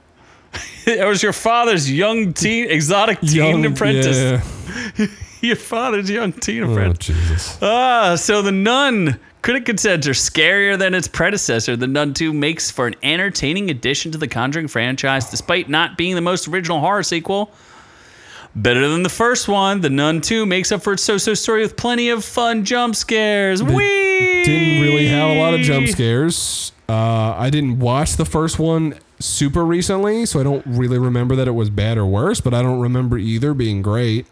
Speaker 2: it was your father's young teen, exotic teen
Speaker 1: Young-
Speaker 2: apprentice.
Speaker 1: yeah.
Speaker 2: Your father's young teen
Speaker 1: Oh
Speaker 2: apprentice.
Speaker 1: Jesus!
Speaker 2: Ah, so the nun. Critic consents are scarier than its predecessor. The Nun 2 makes for an entertaining addition to the Conjuring franchise, despite not being the most original horror sequel. Better than the first one, The Nun 2 makes up for its so so story with plenty of fun jump scares. Whee!
Speaker 1: Didn't really have a lot of jump scares. Uh, I didn't watch the first one super recently, so I don't really remember that it was bad or worse. But I don't remember either being great.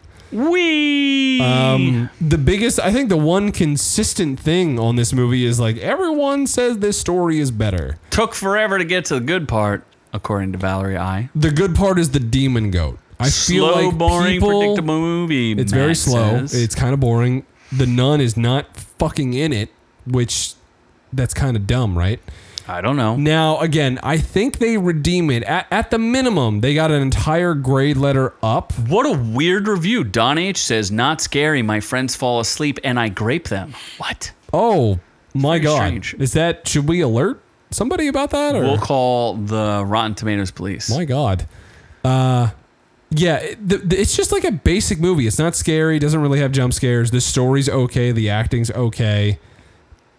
Speaker 2: Whee!
Speaker 1: Um, the biggest, I think, the one consistent thing on this movie is like everyone says this story is better.
Speaker 2: Took forever to get to the good part, according to Valerie I.
Speaker 1: The good part is the demon goat. I feel
Speaker 2: Slow,
Speaker 1: like
Speaker 2: boring,
Speaker 1: people,
Speaker 2: predictable movie.
Speaker 1: It's very
Speaker 2: Matt
Speaker 1: slow.
Speaker 2: says.
Speaker 1: It's kind of boring. The nun is not fucking in it, which that's kind of dumb, right?
Speaker 2: I don't know.
Speaker 1: Now, again, I think they redeem it. At, at the minimum, they got an entire grade letter up.
Speaker 2: What a weird review. Don H says, "Not scary. My friends fall asleep and I grape them." What?
Speaker 1: Oh my
Speaker 2: Very
Speaker 1: god!
Speaker 2: strange.
Speaker 1: Is that should we alert somebody about that? Or
Speaker 2: We'll call the Rotten Tomatoes police.
Speaker 1: My God. Uh, yeah, it, the, the- it's just like a basic movie. It's not scary. Doesn't really have jump scares. The story's okay. The acting's okay.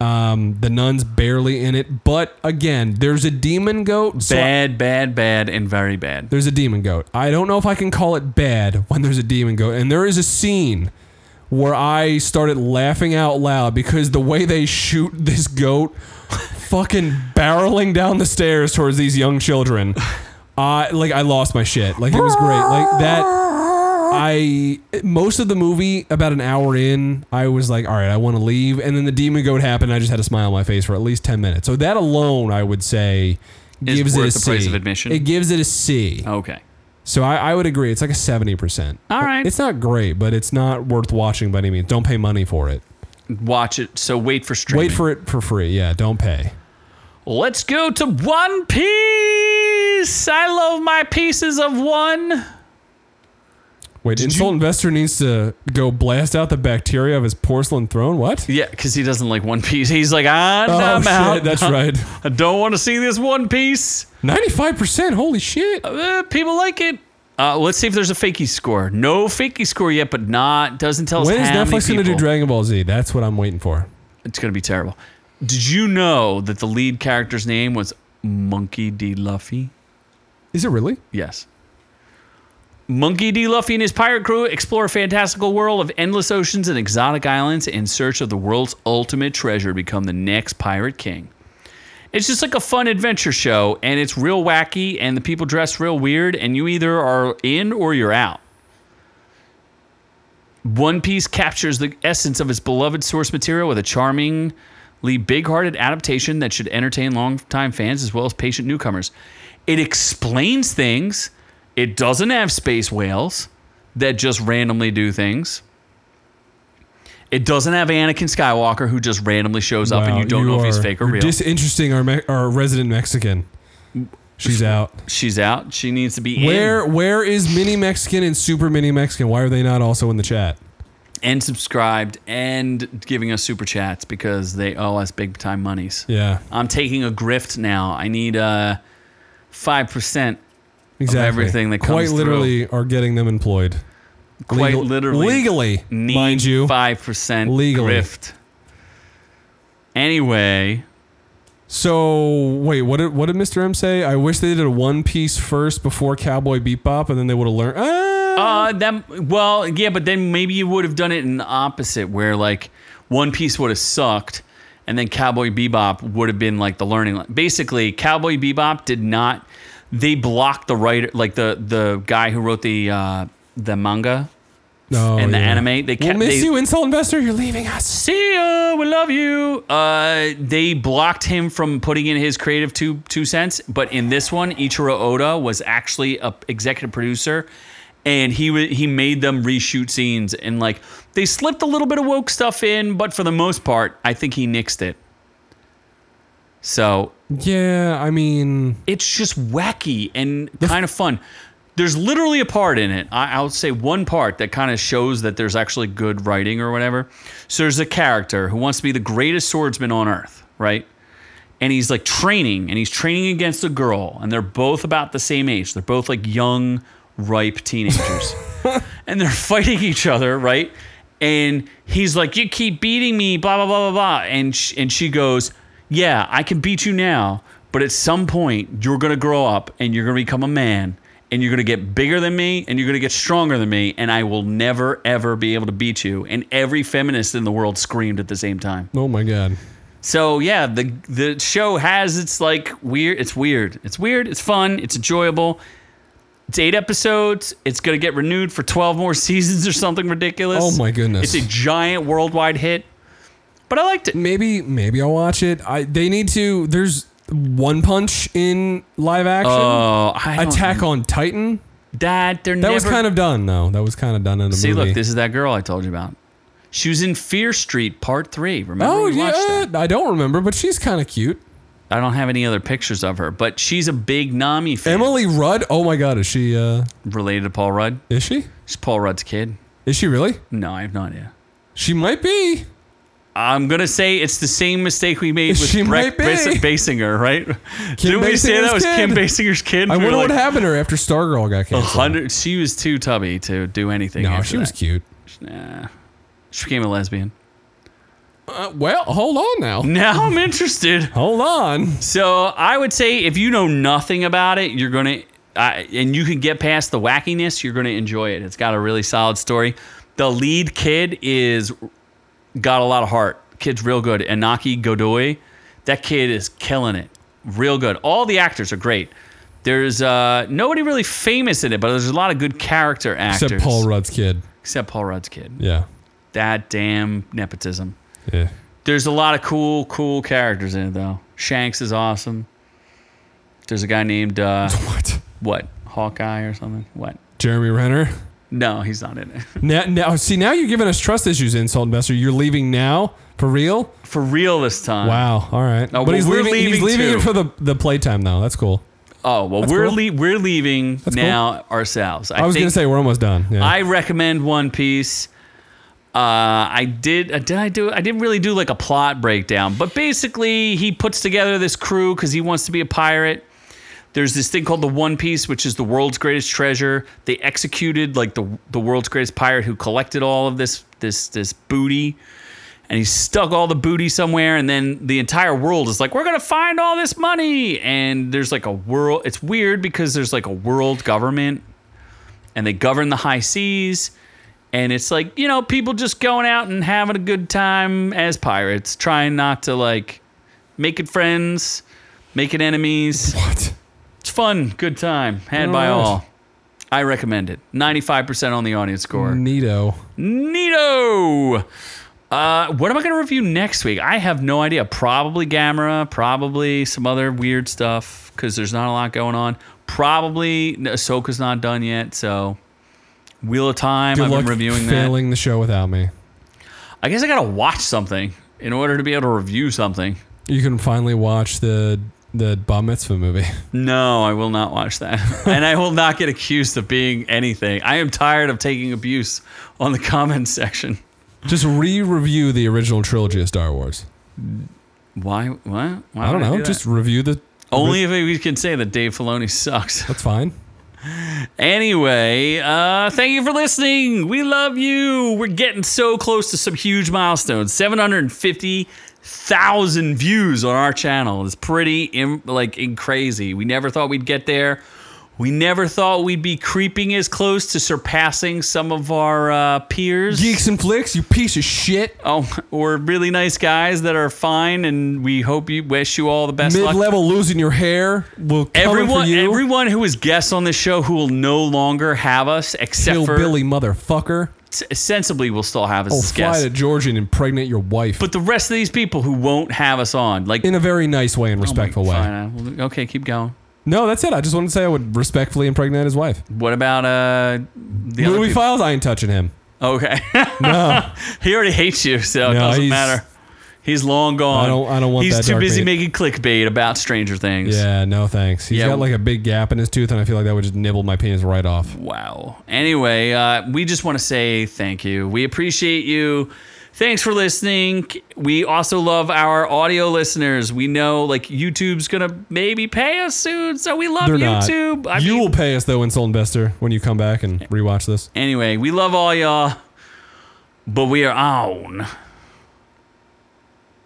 Speaker 1: Um, the nun's barely in it, but again, there's a demon goat. So
Speaker 2: Bad, bad, bad, and very bad.
Speaker 1: there's a demon goat. I don't know if I can call it bad when there's a demon goat. And there is a scene where I started laughing out loud because the way they shoot this goat fucking barreling down the stairs towards these young children. I like I lost my shit. Like it was great. Like that I most of the movie about an hour in, I was like, "All right, I want to leave." And then the demon goat happened, and I just had a smile on my face for at least 10 minutes. So that alone, I would say
Speaker 2: Is
Speaker 1: gives
Speaker 2: worth
Speaker 1: it a
Speaker 2: the price
Speaker 1: C.
Speaker 2: of admission?
Speaker 1: It gives it a C.
Speaker 2: Okay.
Speaker 1: So I, I would agree. It's like a seventy percent.
Speaker 2: All right.
Speaker 1: It's not great, but it's not worth watching by any means. Don't pay money for it.
Speaker 2: Watch it. So wait for streaming.
Speaker 1: Wait for it for free. Yeah, don't pay.
Speaker 2: Let's go to One Piece. I love my pieces of one.
Speaker 1: Wait, insult investor needs to go blast out the bacteria of his porcelain throne. What?
Speaker 2: Yeah, because he doesn't like One Piece. He's like, I'm,
Speaker 1: Oh
Speaker 2: I'm
Speaker 1: shit,
Speaker 2: out.
Speaker 1: that's right.
Speaker 2: I don't want to see this One Piece.
Speaker 1: Ninety-five percent. Holy shit.
Speaker 2: Uh, people like it. Uh, let's see if there's a fakie score. No fakie score yet, but not doesn't tell
Speaker 1: When
Speaker 2: us
Speaker 1: is
Speaker 2: how many
Speaker 1: Netflix
Speaker 2: people.
Speaker 1: going to do Dragon Ball Z? That's what I'm waiting for.
Speaker 2: it's gonna be terrible. Did you know that the lead character's name was Monkey D. Luffy?
Speaker 1: Is it really?
Speaker 2: Yes. Monkey D. Luffy and his pirate crew explore a fantastical world of endless oceans and exotic islands in search of the world's ultimate treasure to become the next pirate king. It's just like a fun adventure show, and it's real wacky, and the people dress real weird, and you either are in or you're out. One Piece captures the essence of its beloved source material with a charmingly big-hearted adaptation that should entertain longtime fans as well as patient newcomers. It explains things. It doesn't have space whales that just randomly do things. It doesn't have Anakin Skywalker who just randomly shows up Oh, and
Speaker 1: Wow,
Speaker 2: you don't know if he's
Speaker 1: are-
Speaker 2: fake or
Speaker 1: you're
Speaker 2: real.
Speaker 1: Disinteresting our Me- our resident Mexican. She's out.
Speaker 2: She's out. She needs to be in.
Speaker 1: Where where is Mini Mexican and Super Mini Mexican? Why are they not also in the chat?
Speaker 2: and subscribed and giving us super chats because they owe us big time monies.
Speaker 1: Yeah,
Speaker 2: I'm taking a grift now. I need uh five percent.
Speaker 1: exactly.
Speaker 2: everything that
Speaker 1: quite
Speaker 2: comes
Speaker 1: literally are getting them employed.
Speaker 2: Quite
Speaker 1: Legal-
Speaker 2: literally,
Speaker 1: legally,
Speaker 2: need
Speaker 1: mind you.
Speaker 2: five percent
Speaker 1: Legally.
Speaker 2: grift. Anyway,
Speaker 1: So wait, what did what did Mr. M say? I wish they did a One Piece first before Cowboy Bebop, and then they would have learned. Ah!
Speaker 2: uh, that well, yeah, but then maybe you would have done it in the opposite, where like One Piece would have sucked, and then Cowboy Bebop would have been like the learning. Basically, Cowboy Bebop did not. They blocked the writer, like the the guy who wrote the uh, the manga
Speaker 1: no,
Speaker 2: and the
Speaker 1: yeah.
Speaker 2: anime. They kept
Speaker 1: we'll miss
Speaker 2: they,
Speaker 1: you, insult investor. You're leaving us.
Speaker 2: see ya, we love you. Uh, they blocked him from putting in his creative two two cents, but in this one, Ichiro Oda was actually a executive producer, and he wa he made them reshoot scenes and like they slipped a little bit of woke stuff in, but for the most part, I think he nixed it. So
Speaker 1: Yeah, I mean,
Speaker 2: it's just wacky and kind of fun. There's literally a part in it. I, I would say one part that kind of shows that there's actually good writing or whatever. So there's a character who wants to be the greatest swordsman on earth, right? And he's like training, and he's training against a girl, and they're both about the same age. They're both like young, ripe teenagers, and they're fighting each other, right? And he's like, "You keep beating me, blah blah blah blah blah," and sh- and she goes, "Yeah, I can beat you now, but at some point you're gonna grow up and you're gonna become a man." And you're gonna get bigger than me, and you're gonna get stronger than me, and I will never, ever be able to beat you. And every feminist in the world screamed at the same time.
Speaker 1: oh my god.
Speaker 2: So yeah, the the show has its like weird. It's weird. It's weird. It's fun. It's enjoyable. It's eight episodes. It's gonna get renewed for twelve more seasons or something ridiculous.
Speaker 1: Oh my goodness.
Speaker 2: It's a giant worldwide hit. But I liked it.
Speaker 1: Maybe maybe I'll watch it. I they need to. There's One Punch in live action.
Speaker 2: Oh, I don't-
Speaker 1: Attack on Titan.
Speaker 2: that. They're
Speaker 1: That
Speaker 2: never,
Speaker 1: was kind of done though. That was kind of done in the
Speaker 2: See,
Speaker 1: movie.
Speaker 2: look, this is that girl I told you about. She was in Fear Street Part Three. Remember?
Speaker 1: Oh
Speaker 2: we
Speaker 1: yeah,
Speaker 2: watched that?
Speaker 1: I don't remember, but she's kind of cute.
Speaker 2: I don't have any other pictures of her, but she's a big Nami fan.
Speaker 1: Emily Rudd. Oh my God, is she? uh
Speaker 2: related to Paul Rudd.
Speaker 1: Is she?
Speaker 2: She's Paul Rudd's kid.
Speaker 1: Is she really?
Speaker 2: No, I have no idea.
Speaker 1: She might be.
Speaker 2: I'm gonna say it's the same mistake we made with
Speaker 1: She
Speaker 2: Breck
Speaker 1: might be.
Speaker 2: Bas- Basinger, right? Didn't we say
Speaker 1: Basinger's
Speaker 2: that was Kim
Speaker 1: kid.
Speaker 2: Basinger's kid?
Speaker 1: I
Speaker 2: We were
Speaker 1: wonder what
Speaker 2: like,
Speaker 1: happened to her after Stargirl got canceled.
Speaker 2: Hundred. She was too tubby to do anything.
Speaker 1: No,
Speaker 2: after
Speaker 1: she was
Speaker 2: that.
Speaker 1: cute.
Speaker 2: Nah. She became a lesbian.
Speaker 1: Uh, well, hold on now.
Speaker 2: Now I'm interested.
Speaker 1: Hold on.
Speaker 2: So I would say if you know nothing about it, you're gonna uh, and you can get past the wackiness. You're gonna enjoy it. It's got a really solid story. The lead kid is got a lot of heart. Kid's real good. Anaki Godoy, that kid is killing it. Real good. All the actors are great. There's uh, nobody really famous in it, but there's a lot of good character actors.
Speaker 1: Except Paul Rudd's kid.
Speaker 2: Except Paul Rudd's kid.
Speaker 1: Yeah.
Speaker 2: That damn nepotism.
Speaker 1: Yeah.
Speaker 2: There's a lot of cool, cool characters in it though. Shanks is awesome. There's a guy named uh,
Speaker 1: What?
Speaker 2: what Hawkeye or something. What?
Speaker 1: Jeremy Renner.
Speaker 2: No, he's not in it.
Speaker 1: Now, now, see, now you're giving us trust issues, insult investor. You're leaving now for real.
Speaker 2: For real this time.
Speaker 1: Wow. All right.
Speaker 2: No,
Speaker 1: but
Speaker 2: well,
Speaker 1: he's
Speaker 2: we're
Speaker 1: leaving. he's
Speaker 2: leaving
Speaker 1: leaving
Speaker 2: too.
Speaker 1: it for the the playtime though. That's cool.
Speaker 2: Oh well, we're
Speaker 1: cool.
Speaker 2: le- we're leaving
Speaker 1: cool.
Speaker 2: now ourselves.
Speaker 1: I, was
Speaker 2: think
Speaker 1: gonna say we're almost done. Yeah.
Speaker 2: I recommend One Piece. Uh, I did. Uh, did I do? I didn't really do like a plot breakdown, but basically, he puts together this crew because he wants to be a pirate. There's this thing called the One Piece, which is the world's greatest treasure. They executed like the the world's greatest pirate who collected all of this this this booty, and he stuck all the booty somewhere. And then the entire world is like, we're gonna find all this money. And there's like a world. It's weird because there's like a world government and they govern the high seas. And it's like, you know, people just going out and having a good time as pirates, trying not to like making friends, making enemies.
Speaker 1: what?
Speaker 2: It's fun, good time, had by
Speaker 1: Alright.
Speaker 2: all. I recommend it. 95% on the audience score.
Speaker 1: Neato.
Speaker 2: Neato! Uh, what am I going to review next week? I have no idea. Probably Gamera, probably some other weird stuff because there's not a lot going on. Probably Ahsoka's not done yet, so Wheel of Time. I've been reviewing that.
Speaker 1: failing the show without me.
Speaker 2: I guess I got to watch something in order to be able to review something.
Speaker 1: You can finally watch the the Bar Mitzvah movie.
Speaker 2: No, I will not watch that. and I will not get accused of being anything. I am tired of taking abuse on the comments section.
Speaker 1: Just re-review the original trilogy of Star Wars.
Speaker 2: Why? What? Why
Speaker 1: I
Speaker 2: would
Speaker 1: don't know.
Speaker 2: do that?
Speaker 1: just review the.
Speaker 2: only if we can say that Dave Filoni sucks.
Speaker 1: That's fine.
Speaker 2: Anyway, uh, thank you for listening. We love you. We're getting so close to some huge milestones. 750,000 views on our channel. It's pretty im- like in crazy. We never thought we'd get there. We never thought we'd be creeping as close to surpassing some of our uh, peers.
Speaker 1: Geeks and flicks, you piece of shit.
Speaker 2: Oh, or really nice guys that are fine, and we hope you wish you all the best luck.
Speaker 1: Mid-level losing your hair will come
Speaker 2: Everyone,
Speaker 1: for you.
Speaker 2: everyone who is guests on this show who will no longer have us, except for
Speaker 1: Hillbilly motherfucker.
Speaker 2: s- sensibly will still have us
Speaker 1: I'll
Speaker 2: as
Speaker 1: Oh, fly
Speaker 2: guests.
Speaker 1: to Georgia and impregnate your wife.
Speaker 2: But the rest of these people who won't have us on, like
Speaker 1: in a very nice way and
Speaker 2: Oh my-
Speaker 1: respectful way.
Speaker 2: fine, I will- okay, keep going.
Speaker 1: No, that's it. I just wanted to say I would respectfully impregnate his wife.
Speaker 2: What about uh the other
Speaker 1: Louis
Speaker 2: people?
Speaker 1: Files, I ain't touching him.
Speaker 2: Okay, he already hates you, so it
Speaker 1: No,
Speaker 2: doesn't
Speaker 1: he's-
Speaker 2: matter. He's long gone.
Speaker 1: I don't- I don't want
Speaker 2: He's
Speaker 1: that
Speaker 2: too
Speaker 1: dark
Speaker 2: busy
Speaker 1: meat.
Speaker 2: making clickbait about Stranger Things.
Speaker 1: Yeah, no thanks. He's
Speaker 2: Yeah,
Speaker 1: got
Speaker 2: w-
Speaker 1: like a big gap in his tooth, and I feel like that would just nibble my penis right off.
Speaker 2: Wow. Anyway, uh, we just want to say thank you. We appreciate you. Thanks for listening. We also love our audio listeners. We know like YouTube's gonna maybe pay us soon, so we love
Speaker 1: They're
Speaker 2: YouTube.
Speaker 1: not. you will pay us though, Insult Investor, when you come back and rewatch this.
Speaker 2: anyway, we love all y'all, but we are on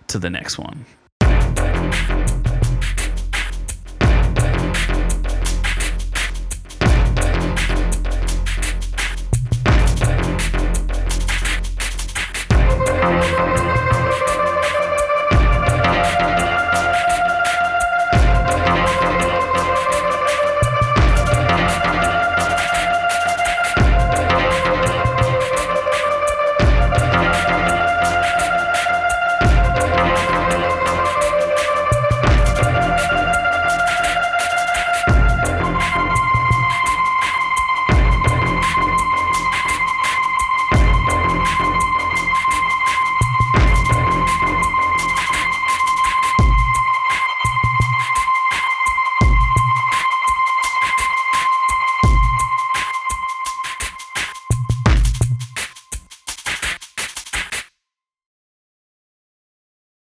Speaker 2: to the next one.